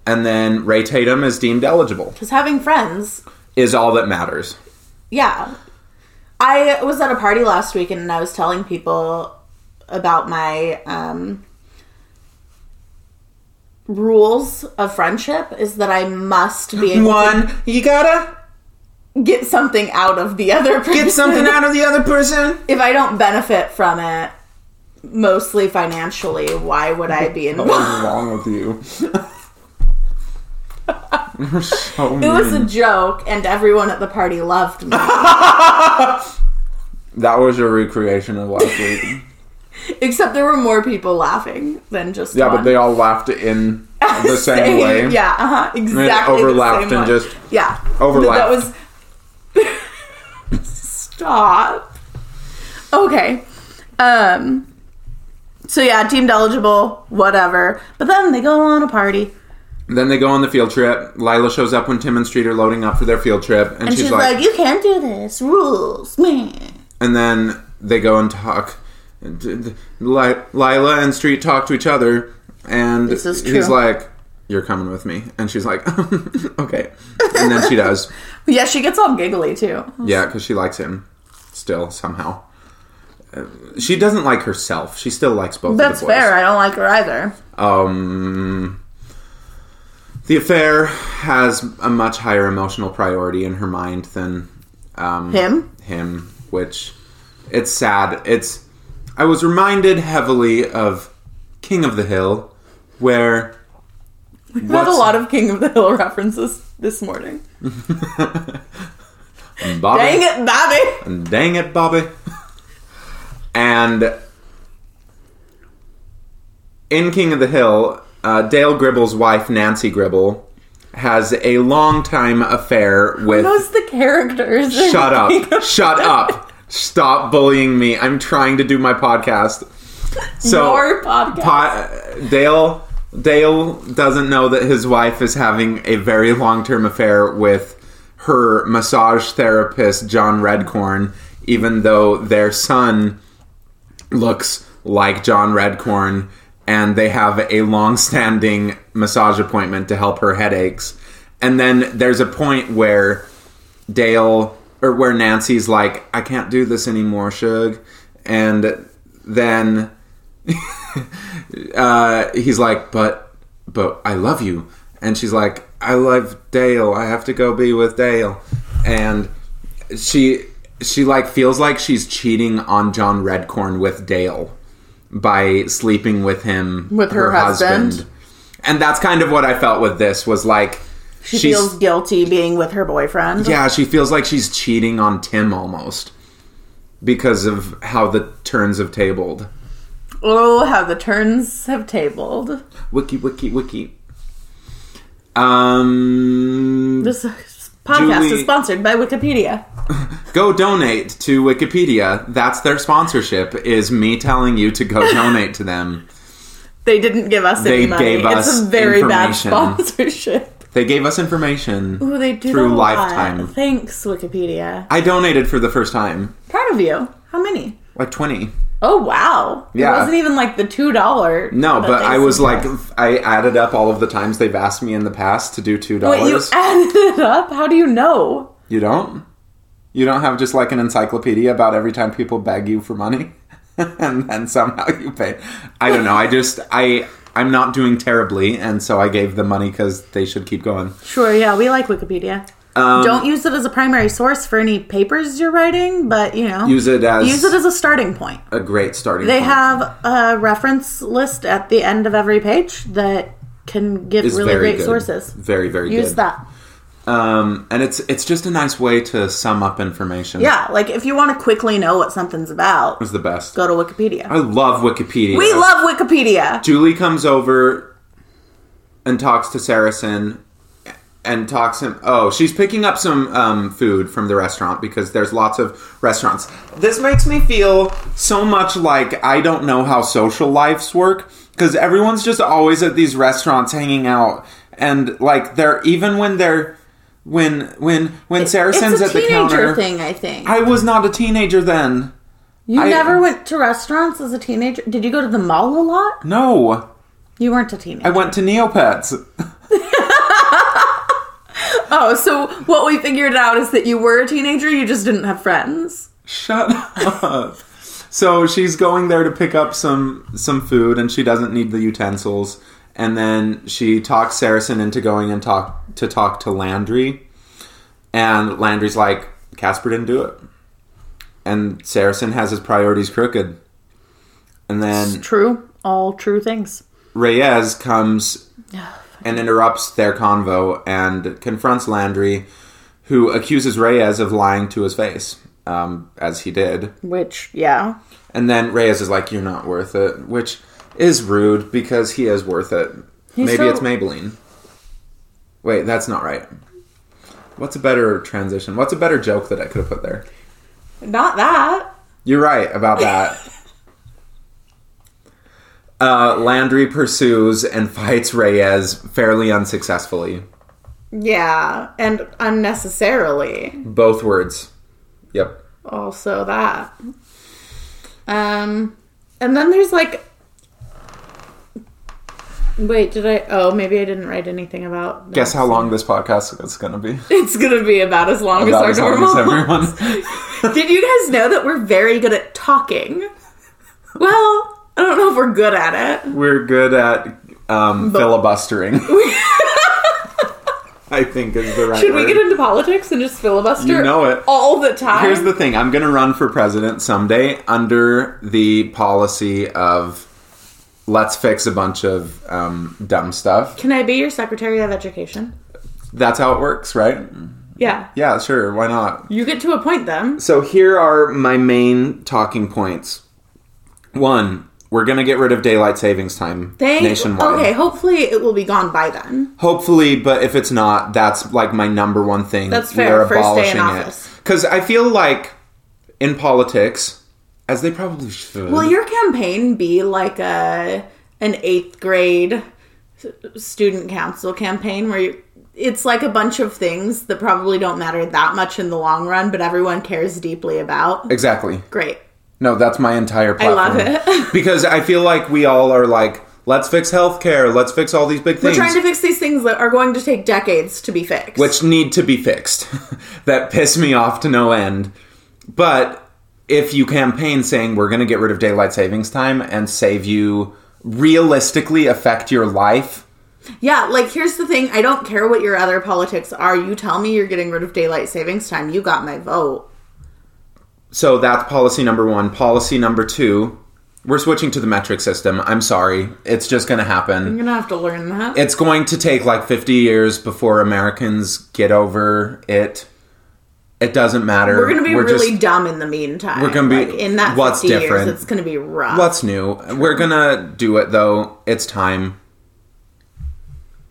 And then Ray Tatum is deemed eligible.
because having friends
Is all that matters.
Yeah. I was at a party last weekend and I was telling people about my um, rules of friendship is that I must be able
One, you gotta
to get something out of the other person.
get something out of the other person.
if I don't benefit from it, mostly financially, why would
(laughs)
I be involved?
What's wrong with you? (laughs) You're so
It was a
mean.
joke, and everyone at the party
(laughs)
loved me.
that was your recreation of last week.
Except there were more people laughing than just
Yeah, but
one. (laughs)
they all laughed in the same way.
Yeah, uh-huh, exactly. the
overlapped
same
and
way.
just
yeah,
overlapped.
That was (laughs) stop. Okay, um, so yeah, deemed eligible, whatever. But then they go on a party,
Then they go on the field trip. Lila shows up when Tim and Street are loading up for their field trip, and,
and
she's,
she's
like,
like, "You can't do this, rules, man."
and then they go and talk. And d- d- Li- Lila and Street talk to each other, and
is
he's
true.
like, "You're coming with me," and she's like, (laughs) "Okay," and then she
(laughs)
does.
Yeah, she gets all giggly too.
Yeah, because she likes him still somehow. Uh, She doesn't like herself. She still likes both.
That's
of the boys.
fair. I don't like her either.
Um, the affair has a much higher emotional priority in her mind than um,
Him?
Him, which it's sad. It's I was reminded heavily of King of the Hill, where
We had a
What's-
lot of King of the Hill (laughs) references this morning.
Bobby
Dang it, Bobby!
Dang it, Bobby. and in King of the Hill, uh, Dale Gribble's wife, Nancy Gribble, has a long time affair with.
Those the characters.
Shut
(laughs)
up. Shut up. Stop bullying me. I'm trying to do my podcast. So
Your podcast.
po- Dale Dale doesn't know that his wife is having a very long-term affair with her massage therapist John Redcorn even though their son looks like John Redcorn and they have a long-standing massage appointment to help her headaches. And then there's a point where Dale or where Nancy's like, I can't do this anymore, Shug. And then uh, he's like, But but I love you. And she's like, I love Dale. I have to go be with Dale. And she she like feels like she's cheating on John Redcorn with Dale by sleeping with him
With her husband.
And that's kind of what I felt with this was like
She feels guilty being with her boyfriend.
yeah, she feels like she's cheating on Tim almost because of how the turns have tabled.
Oh, how the turns have tabled.
Wiki, wiki, wiki. Um,
This podcast
Julie-
is sponsored by Wikipedia.
go donate to Wikipedia. That's their sponsorship. Is me telling you to
(laughs)
go donate to them.
They didn't give us any
They
money.
gave us
it's a very bad
information.
sponsorship.
They gave us information.
Ooh, they do
Through
that a lot.
Lifetime.
Thanks, Wikipedia.
I donated for the first time,
Proud of you. How many?
like twenty.
Oh wow!
Yeah.
it wasn't even like the two dollar.
No, but I was like, I added up all of the times they've asked me in the past to do two
Wait, you
dollars.
added it up? How do you know?
You don't? You don't have just like an encyclopedia about every time people beg you for money (laughs) and then somehow you pay. I don't know. I just I I'm not doing terribly and so I gave them money cuz they should keep going.
Sure, yeah, we like Wikipedia.
Um,
Don't use it as a primary source for any papers you're writing, but you know,
use it as
use it as a starting point.
a great starting
They
point.
have a reference list at the end of every page that can give
It's
really
very
great
good.
sources.
Very very
Use
good.
that.
Um and it's it's just a nice way to sum up information.
Yeah, like if you want to quickly know what something's about,
It's the best.
go to Wikipedia.
I love Wikipedia.
we love Wikipedia.
Julie comes over and talks to Saracen and talks him. Oh, she's picking up some um, food from the restaurant because there's lots of restaurants. This makes me feel so much like I don't know how social lives work because everyone's just always at these restaurants hanging out and like they're even when they're when when when Saracen's
it's a
at the counter.
teenager thing, I think.
I was not a teenager then.
you
I-
never went to restaurants as a teenager. Did you go to the mall a lot?
No,
You weren't a
I
teenager.
went to Neopets.
Oh, so what we figured out is that you were a teenager, you just didn't have friends.
Shut up. So she's going there to pick up some some food, and she doesn't need the utensils. And then she talks Saracen into going and talk to talk to Landry, and Landry's like, "Casper didn't do it," and Saracen has his priorities crooked. And then
True. All true things.
Reyes comes and interrupts their convo and confronts Landry, who accuses Reyes of lying to his face, um, as he did.
(sighs) Which, yeah.
And then Reyes is like, "You're not worth it," which is rude because he is worth it. Maybe
so-
it's Maybelline. Wait, that's not right. What's a better transition? What's a better joke that I could have put there?
Not that.
You're right about that.
(laughs)
uh, Landry pursues and fights Reyes fairly unsuccessfully.
Yeah, and unnecessarily.
Both words. Yep.
Also that. Um and then there's like Wait, did I Oh, maybe I didn't write anything about
Guess how long this podcast is going to be?
(laughs) It's going to be about as long
About as
as our
long
normal.
as
(laughs)
everyone.
Did you guys know that we're very good at talking? Well, I don't know if we're good at it.
We're good at um, filibustering.
(laughs)
I think is the right
Should
word.
we get into politics and just filibuster
You know it.
all the time?
Here's the thing: I'm going to run for president someday under the policy of let's fix a bunch of um, dumb stuff.
Can I be your Secretary of Education?
That's how it works, right?
Yeah.
Yeah, sure. Why not?
You get to appoint them.
So here are my main talking points. One, we're going to get rid of daylight savings time
Thank
nationwide.
Okay, hopefully it will be gone by then.
Hopefully, but if it's not, that's like my number one thing.
That's fair. First day in office.
Because I feel like in politics, as they probably should.
Will your campaign be like a an eighth grade s- student council campaign where you, it's like a bunch of things that probably don't matter that much in the long run, but everyone cares deeply about?
exactly.
Great.
No, that's my entire
I
platform.
love it. (laughs)
because I feel like we all are like, let's fix healthcare, let's fix all these big
We're
things.
trying to fix these things that are going to take decades to be fixed.
which need to be fixed (laughs) that piss me off to no end. But if you campaign saying we're going to get rid of daylight savings time and save you realistically affect your life,
Yeah, like here's the thing. I don't care what your other politics are. You tell me you're getting rid of daylight savings time. You got my vote.
so that's policy number 1. Policy number 2, we're switching to the metric system. I'm sorry. It's just going to happen.
I'm gonna have to learn that.
It's going to take like 50 years before Americans get over it. It doesn't matter.
we're gonna be really
just-
dumb in the meantime.
we're gonna be-
Like, in that
what's
50
different?
years. It's gonna be rough.
What's new? We're gonna do it though. It's time.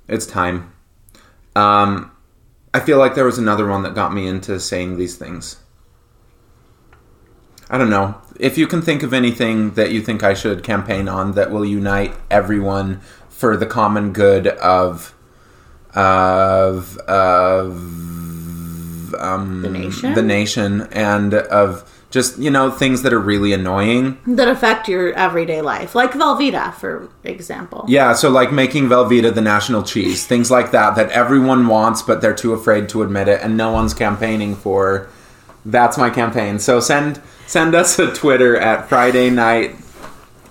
It's time. Um, I feel like there was another one that got me into saying these things. I don't know. If you can think of anything that you think I should campaign on that will unite everyone for the common good of of of um, the
nation?
the nation, and of just you know things that are really annoying.
that affect your everyday life, like Velveeta, for example.
Yeah, so like making Velveeta the national cheese, things like that that everyone wants but they're too afraid to admit it and no one's campaigning for. That's my campaign. So send send us a Twitter at Friday night.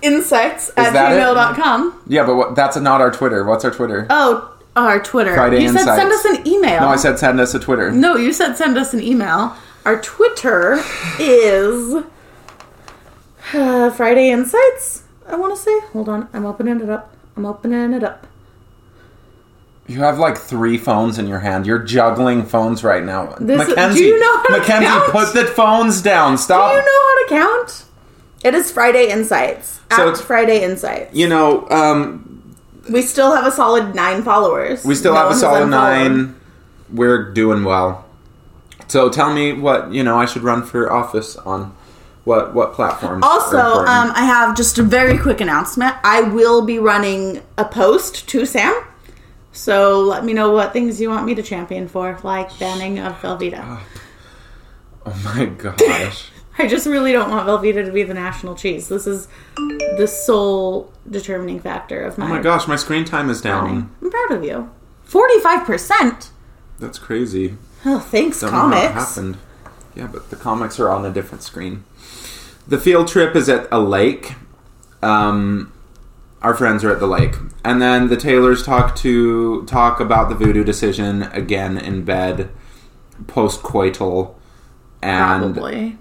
Insects at
that it?
gmail.com.
Yeah, but what, that's not our Twitter. What's our Twitter?
Oh, our Twitter.
Friday
you said
Insights.
send us an email.
no, I said send us a Twitter.
No, you said send us an email. Our Twitter is uh, Friday Insights. I want to say. Hold on, I'm opening it up. I'm opening it up.
You have like three phones in your hand. You're juggling phones right now.
This- do
Mackenzie,
you know how to
Mackenzie,
count?
put the phones down. Stop.
Do you know how to count? It is Friday Insights.
So
at
it's-
Friday Insights.
You know, um,
We still have a solid nine followers.
We still
No
have
one
a
has
solid
unfollowed.
nine. We're doing well. So tell me what you know. I should run for office on what what platforms? are
Also,
important?
um, I have just a very quick announcement. I will be running a post to Sam. So let me know what things you want me to champion for, like banning of Velveeta.
(laughs) oh my gosh,
(laughs) I just really don't want Velveeta to be the national cheese. This is the sole determining factor of my. Um,
oh my gosh, my screen time is down.
I'm proud of you. Forty-five percent.
That's crazy.
Oh, thanks,
Don't know how it
comics.
happened. Yeah, but the comics are on a different screen. The field trip is at a lake. Um, our friends are at the lake, and then the Taylors talk to talk about the voodoo decision again in bed, post coital, and
Probably.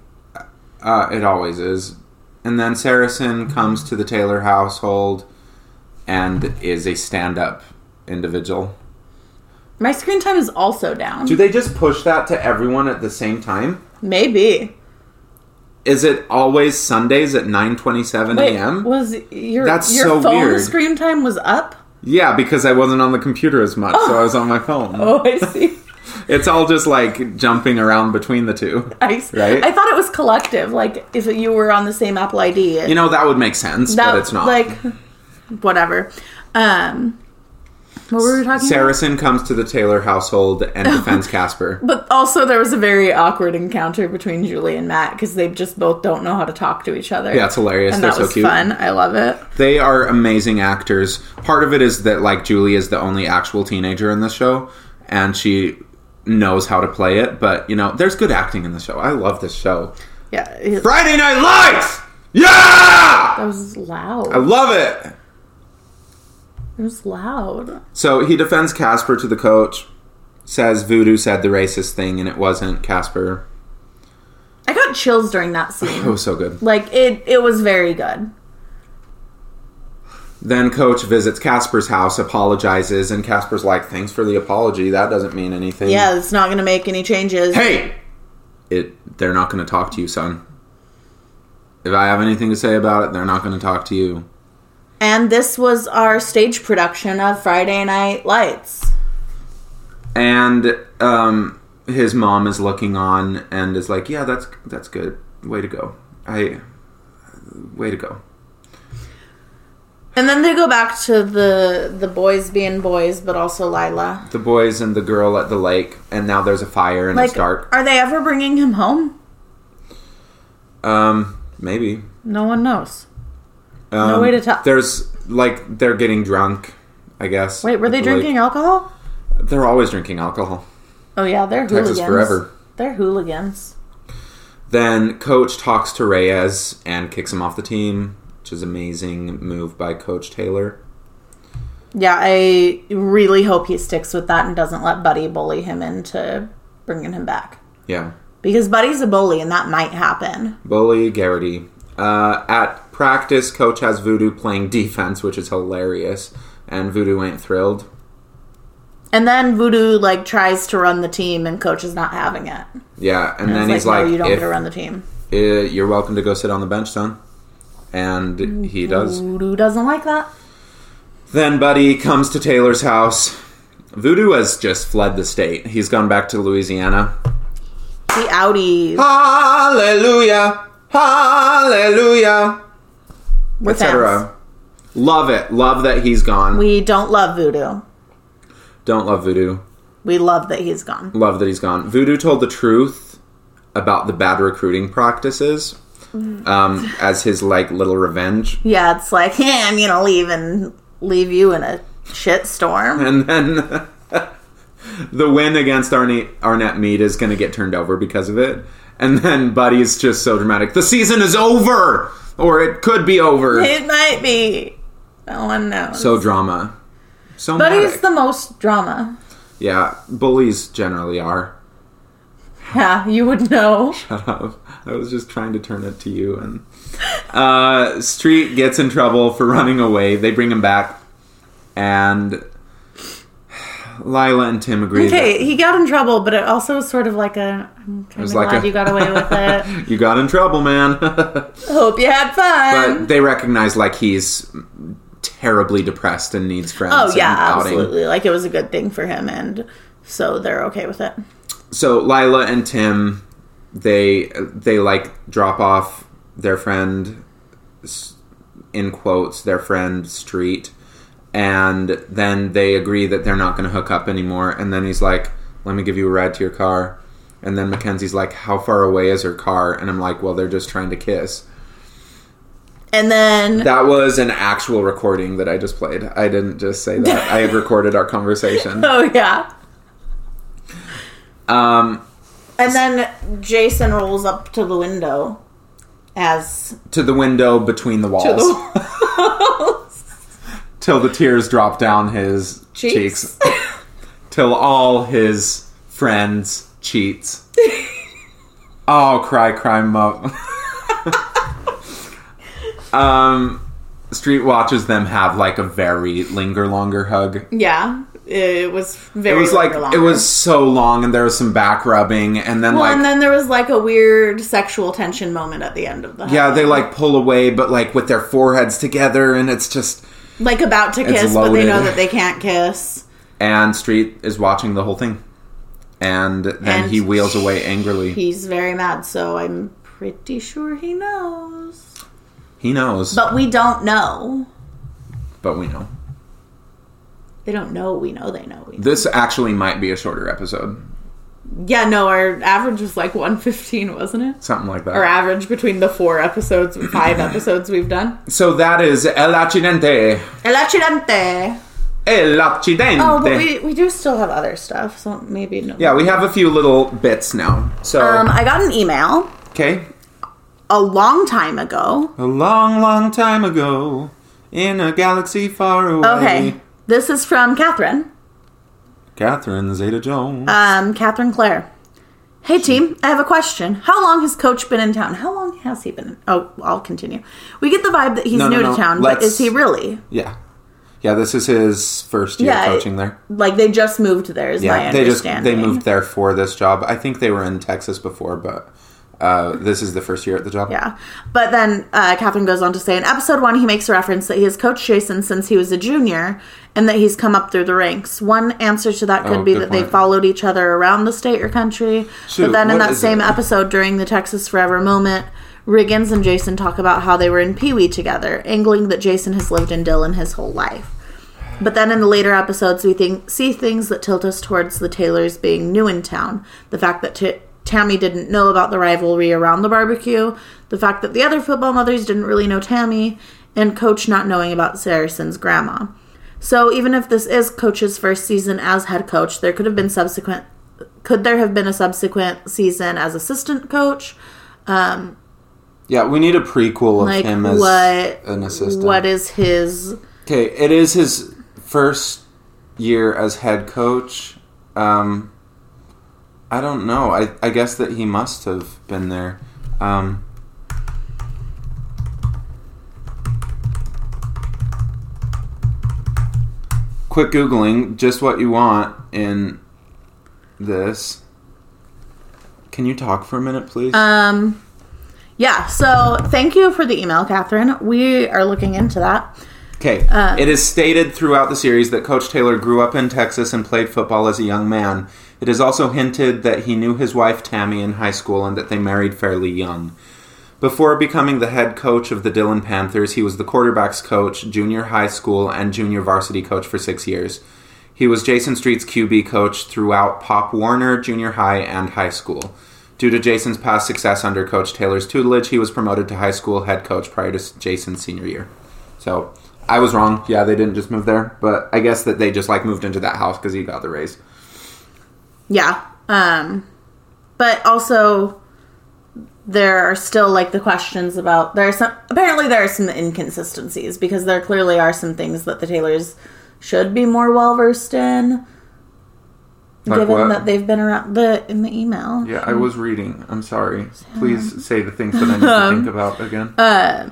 uh, it always is. And then Saracen comes to the Taylor household, and is a stand up individual.
My screen time is also down.
Do they just push that to everyone at the same time?
Maybe.
Is it always Sundays at 9:27
Wait,
a.m.?
was your
That's
your
so
phone
weird.
screen time was up?
Yeah, because I wasn't on the computer as much, so I was on my phone.
Oh,
(laughs)
I see.
It's all just like jumping around between the two.
I see.
Right?
I thought it was collective. Like if you were on the same Apple ID,
You know that would make sense,
that
but it's not.
like (laughs) whatever. Um, what were we talking about?
Saracen comes to the Taylor household
(laughs)
and defends Casper.
But also, there was a very awkward encounter between Julie and Matt because they just both don't know how to talk to each other.
Yeah, it's hilarious.
and
They're
that
so
was
cute.
fun. I love it.
They are amazing actors. Part of it is that like Julie is the only actual teenager in this show, and she knows how to play it. But you know, there's good acting in the show. I love this show.
Yeah, it-
Friday Night Lights! Yeah!
that was loud.
I love it!
it was loud.
So he defends Casper to the coach, says Voodoo said the racist thing and it wasn't Casper.
I got chills during that
It
scene.
was so good.
like it, it was very good.
Then coach visits Casper's house, apologizes, and Casper's like, thanks for the apology. That doesn't mean anything.
Yeah, it's not going to make any changes.
Hey! It, they're not going to talk to you, son. If I have anything to say about it, they're not going to talk to you.
And this was our stage production of Friday Night Lights.
And um, his mom is looking on and is like, "Yeah, that's that's good. Way to go. I, way to go."
And then they go back to the the boys being boys, but also Lila.
The boys and the girl at the lake, and now there's a fire and
Like,
it's dark.
are they ever bringing him home?
Um, maybe. Um,
No one knows. way to tell.
There's like they're getting drunk. I guess.
Wait, were
at
they
the
drinking
lake.
alcohol?
They're always drinking alcohol.
Oh yeah, they're
Texas
hooligans.
forever.
They're hooligans.
Then coach talks to Reyes and kicks him off the team, which is amazing move by Coach Taylor.
Yeah, I really hope he sticks with that and doesn't let Buddy bully him into bringing him back.
Yeah.
Because Buddy's a bully and that might happen.
Bully Garrity. Uh, at practice, coach has Voodoo playing (laughs) defense, which is hilarious, and Voodoo ain't thrilled.
And then Voodoo like tries to run the team and coach is not having it.
Yeah, and, then
It's
he's like,
no, you don't
if,
get to run the team.
uh, "You're welcome to go sit on the bench, son," and he does.
Voodoo doesn't like that.
Then Buddy comes to Taylor's house. Voodoo has just fled the state. He's gone back to Louisiana.
The Audis
Hallelujah, hallelujah,
were fans.
etc. Love it. Love that he's gone.
We don't love Voodoo.
Don't love Voodoo.
We love that he's gone.
Love that he's gone. Voodoo told the truth about the bad recruiting practices um, as his like little revenge,
Yeah, it's like, (laughs) hey, I'm gonna leave and leave you in a shit storm.
and then (laughs) the win against Arne- Arnett Mead is going to get turned over because of it. And then Buddy's just so dramatic. The season is over, or it could be over.
It might be. No one knows.
So drama. So
Buddy's
Buddy's
the most drama.
yeah. Bullies generally are. (laughs)
Yeah, you would know.
I was just trying to turn it to you. And uh, Street gets in trouble for running away. They bring him back, and (sighs) Lila and Tim agree.
Okay, he got in trouble, but it also was sort of like a. I'm kind of
was like
glad
a-
you got away
(laughs)
with it. (laughs)
that you got in trouble, man. (laughs)
Hope you had
but
fun.
they recognize like he's terribly depressed and needs friends.
oh yeah,
and outing.
absolutely. Like it was a good thing for him, and so they're okay with it.
so Lila and Tim, they they like drop off their friend, s- in quotes, their friend Street, and then they agree that they're not going to hook up anymore. And then he's like, "Let me give you a ride to your car." And then Mackenzie's like, "How far away is her car?" And I'm like, "Well, they're just trying to kiss."
And then (laughs)
That was an actual recording that I
(laughs)
just played. I didn't just say that. I had recorded our conversation.
oh yeah,
Um,
And then Jason rolls up to the window as
to the window between the walls (laughs) till the tears drop down his
Cheeks.
cheeks, (laughs) till all his friends
(laughs)
cheats. oh, cry, cry, mo. um, Street watches them have like a very linger longer hug.
(laughs) yeah, it was
It
very.
was like
longer,
it
longer.
was so long, and there was some back rubbing, and then
Well,
like
and then there was like a weird sexual tension moment at the end of the
yeah, they like pull away, but like with their foreheads together, and it's just
like about to kiss, but they
loaded.
know that they can't kiss.
and Street is watching the whole thing. And then
And
he wheels away angrily. He,
He's very mad, so I'm pretty sure he knows,
knows, but,
but we don't know.
we know.
They don't know. We know they know. We know.
This actually might be a shorter episode.
yeah, no, our average was like (laughs) 115, wasn't it?
Something like that.
Our average between the four episodes, (clears throat) five episodes we've done.
So that is El Accidente.
El accidente.
El Accidente.
Oh, but we, we do still have other stuff, so maybe no.
yeah, we have a few little bits now. So,
Um, I got an email
okay.
a long time ago.
A long, long time ago, in a galaxy far away.
Okay, this is from Catherine.
Catherine Zeta Jones.
Um, Catherine Clare. Hey team, I have a question. How long has Coach been in town? How long has he been? In- oh, I'll continue. We get the vibe that he's
No, no,
new
no.
to town,
Let's-
but is he really?
yeah. Yeah, this is his first year
Yeah,
coaching there.
Like they just moved there, is my
Yeah, they just
understanding.
they moved there for this job. I think they were in Texas before, but uh, this is the first year at the job.
Yeah. But then uh, Catherine goes on to say in episode one, he makes a reference that he has coached Jason since he was a junior and that he's come up through the ranks. One answer to that could
Oh,
be
good
that they
point.
followed each other around the state or country.
Shoot,
but then in
what
that
is
same
it?
episode during the Texas Forever moment, Riggins and Jason talk about how they were in Pee Wee together, angling that Jason has lived in Dillon his whole life. But then in the later episodes, we think, see things that tilt us towards the Taylors being new in town. The fact that t- Tammy didn't know about the rivalry around the barbecue, the fact that the other football mothers didn't really know Tammy, and Coach not knowing about Saracen's grandma. So even if this is Coach's first season as head coach, there could have been subsequent. Could there have been a subsequent season as assistant coach?
Yeah, we need a prequel of
Like
him as
what?
an assistant.
What is his?
okay, it is his first year as head coach. Um, I don't know. I, I guess that he must have been there. Um, quick googling just what you want in this. Can you talk for a minute, please?
Um, yeah. So thank you for the email, Catherine. We are looking into that.
Okay. it is stated throughout the series that Coach Taylor grew up in Texas and played football as a young man. It is also hinted that he knew his wife Tammy in high school and that they married fairly young. Before becoming the head coach of the Dillon Panthers, he was the quarterback's coach, junior high school, and junior varsity coach for six years. He was Jason Street's QB coach throughout Pop Warner, junior high, and high school. Due to Jason's past success under Coach Taylor's tutelage, he was promoted to high school head coach prior to Jason's senior year. So I was wrong. Yeah, they didn't just move there, but I guess that they just like moved into that house because he got the raise.
Yeah. Um, but also there are still like the questions about there are some apparently there are some inconsistencies because there clearly are some things that the Taylors should be more well versed in.
Like
given
what?
that they've been around the in the email.
Yeah, I was reading. I'm sorry. Please say the things that I need to
Um,
think about again.
uh,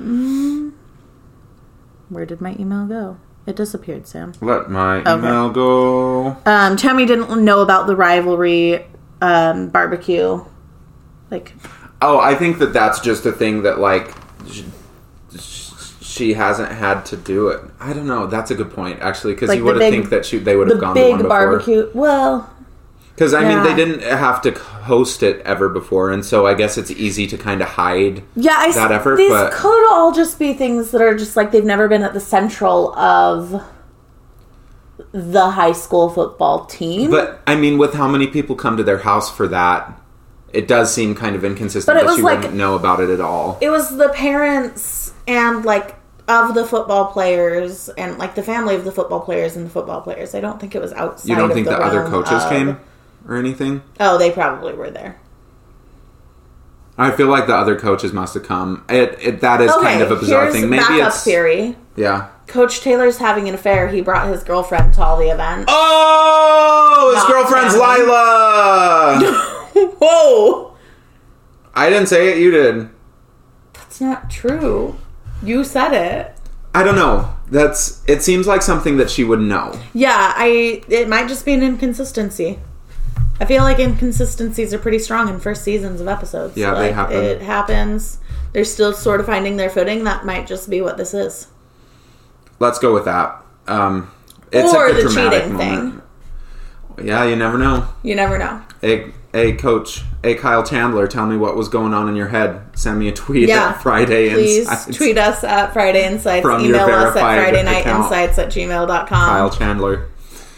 Where did my email go? It disappeared, Sam.
Let my email go.
Um, Tammy didn't know about the rivalry um, barbecue. Like,
Oh, I think that that's just a thing that like sh- sh- she hasn't had to do it. I don't know. That's a good point actually because
Like
you
the
would
big-
have think that she they would have
the
gone to one
big
before.
barbecue. Well,
Because I mean,
Yeah.
they didn't have to host it ever before, and so I guess it's easy to kind of hide.
Yeah, I
that
s-
effort,
These
but-
could all just be things that are just like they've never been at the central of the high school football team.
But I mean, with how many people come to their house for that, it does seem kind of inconsistent
But it
that
was
she
like-
wouldn't know about it at all.
it was the parents and like of the football players and like the family of the football players and the football players. I don't think it was outside.
you don't
of
think
the,
the, other
realm
coaches
of-
came? or anything.
Oh, they probably were there.
I feel like the other coaches must have come. It, it that is
Okay,
kind of a bizarre
here's
thing. Maybe
backup
it's
theory.
yeah.
Coach Taylor's having an affair. He brought his girlfriend to all the events.
Oh, his
Not
girlfriend's
Kevin. (laughs)
Lila. (laughs)
Whoa,
I didn't say it. You did.
that's not true. You said it.
I don't know. That's. It seems like something that she would know.
Yeah, I. It might just be an inconsistency. I feel like inconsistencies are pretty strong in first seasons of episodes.
Yeah, they
Like,
happen.
It happens. They're still sort of finding their footing. That might just be what this is.
Let's go with that. Um, it's
Or
a good
the
dramatic
cheating
moment. Yeah, you never know.
You never know.
Hey, hey, coach. Hey, Kyle Chandler. Tell me what was going on in your head. Send me a tweet
Yeah.
at Friday.
Please
Insights.
tweet us at Friday Insights.
From your
Email us at
verified
Friday Night
account.
Insights at
Kyle
gmail.com. Kyle,
Chandler.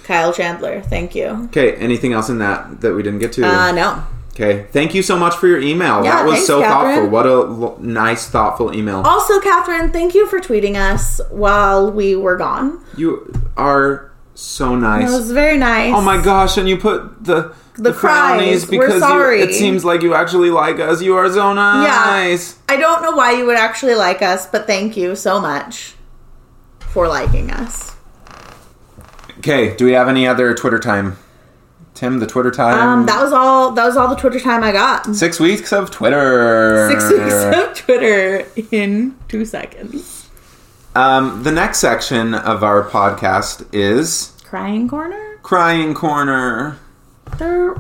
Kyle Chandler. Thank you.
Okay. Anything else in that that we didn't get to?
Uh, no.
Okay. Thank you so much for your email.
Yeah,
that was
thanks,
so thoughtful.
Catherine.
What a l- nice, thoughtful email.
Also, Catherine, thank you for tweeting us while we were gone.
You are so nice.
That was very nice.
oh my gosh! And you put the the,
cries. We're
because you-
sorry.
it seems like you actually like us. You are so nice.
I don't know why you would actually like us, but thank you so much for liking us.
Okay. Do we have any other Twitter time? Tim, the Twitter time.
Um, that was all. That was all the Twitter time I got.
Six weeks of Twitter.
Six weeks of Twitter in two seconds.
(laughs) Um, the next section of our podcast is
Crying corner.
crying corner.
There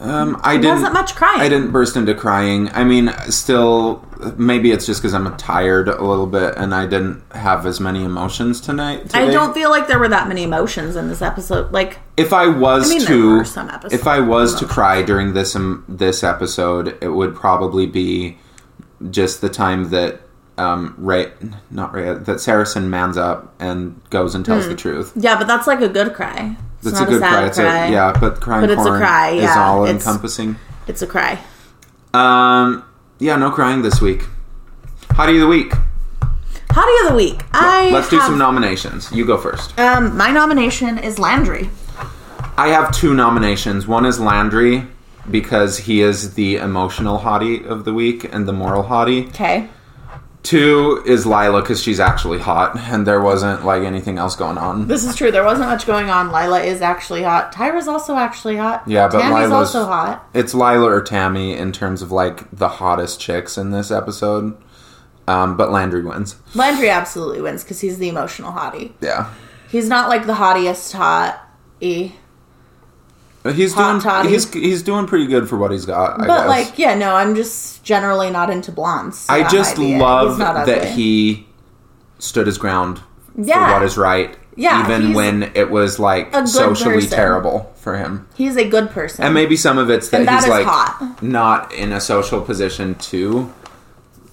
Um, I didn't.
Mm. wasn't much crying.
I didn't burst into crying. I mean, still, maybe it's just because I'm tired a little bit, and I didn't have as many emotions tonight.
I
today.
don't feel like there were that many emotions in this episode. Like
If I was
I mean, there
to,
were some episodes
if I was to cry during this um, this episode, it would probably be just the time that um, Ray, not Ray, that Saracen mans up and goes and tells the truth.
yeah, but that's like a good cry. It's
That's a
Hmm. not
good
sad
cry. It's a- yeah, but crying
But it's a
corn
cry,
is
yeah.
all
It's-
encompassing.
It's a cry.
Um, yeah, no crying this week. Hottie of the week.
Hottie of the week. I
Let's do
have-
some nominations. You go first.
Um, my nomination is Landry.
I have two nominations. One is Landry because he is the emotional hottie of the week and the moral hottie.
Okay.
Two is Lila because she's actually hot and there wasn't like anything else going on.
This is true. There wasn't much going on. Lila is actually hot. Tyra's also actually hot.
Yeah, but
Tammy's
Lila's-
also hot.
It's Lila or Tammy in terms of like the hottest chicks in this episode. Um, but Landry wins.
Landry absolutely wins because he's the emotional hottie.
Yeah.
He's not like the hottiest hot. E.
But He's
Hot
doing
toddy.
he's he's doing pretty good for what he's got. I
But
guess.
like, yeah, no, I'm just generally not into blondes. so
I
that
just
might be it.
love
He's not
that
ugly.
he stood his ground
Yeah.
for what is right,
Yeah,
even
he's
when it was like
good
socially
person.
terrible for him.
He's a good person.
And maybe some of it's that,
And that
he's
is
like
hot.
not in a social position to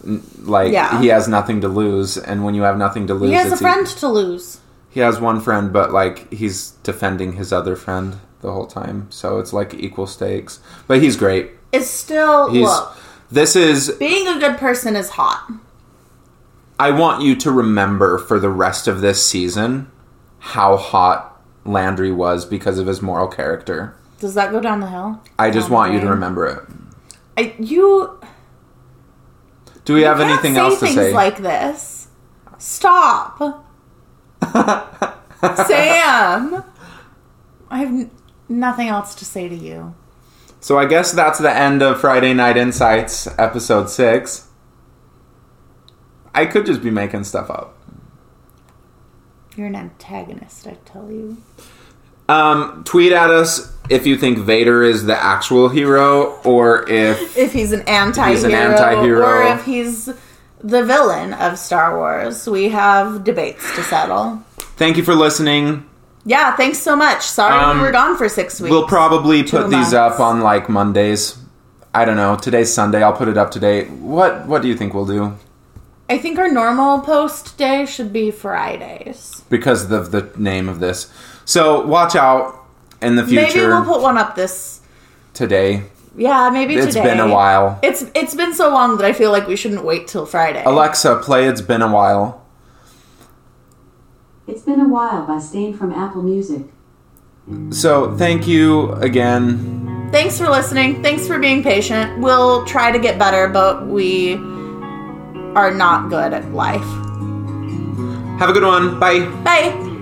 n- like
Yeah.
he has nothing to lose and when you have nothing to lose
he has a
it's e-
friend to lose.
he has one friend but like he's defending his other friend the whole time so it's like equal stakes but he's great
It's still
he's
look.
this is
Being a good person is hot.
I want you to remember for the rest of this season how hot Landry was because of his moral character.
Does that go down the hill?
I just
Down
want
the
you to
drain?
remember it.
I, you
Do we have
can't
anything
say
else to
things
say?
Like this.
(laughs)
Stop. Sam. I have n- nothing else to say to you.
so I guess that's the end of Friday Night Insights episode 6. I could just be making stuff up.
You're an antagonist, I tell you.
Um, tweet at us if you think Vader is the actual hero or if
If he's an anti-hero,
He's an anti-hero.
or if he's the villain of Star Wars, we have debates to settle.
Thank you for listening.
Yeah, thanks so much. Sorry
Um,
we were gone for six weeks.
We'll probably
Two
put these
months.
up on like Mondays. I don't know. Today's Sunday. I'll put it up today. What What do you think we'll do?
I think our normal post day should be Fridays.
Because of the name of this. So watch out in the future.
Maybe we'll put one up this.
today.
Yeah, maybe
It's
today.
been a while.
It's it's been so long that I feel like we shouldn't wait till Friday.
Alexa, play "It's Been a While."
It's Been a While by Stain from Apple Music.
So thank you again.
Thanks for listening. Thanks for being patient. We'll try to get better, but we are not good at life.
Have a good one. Bye.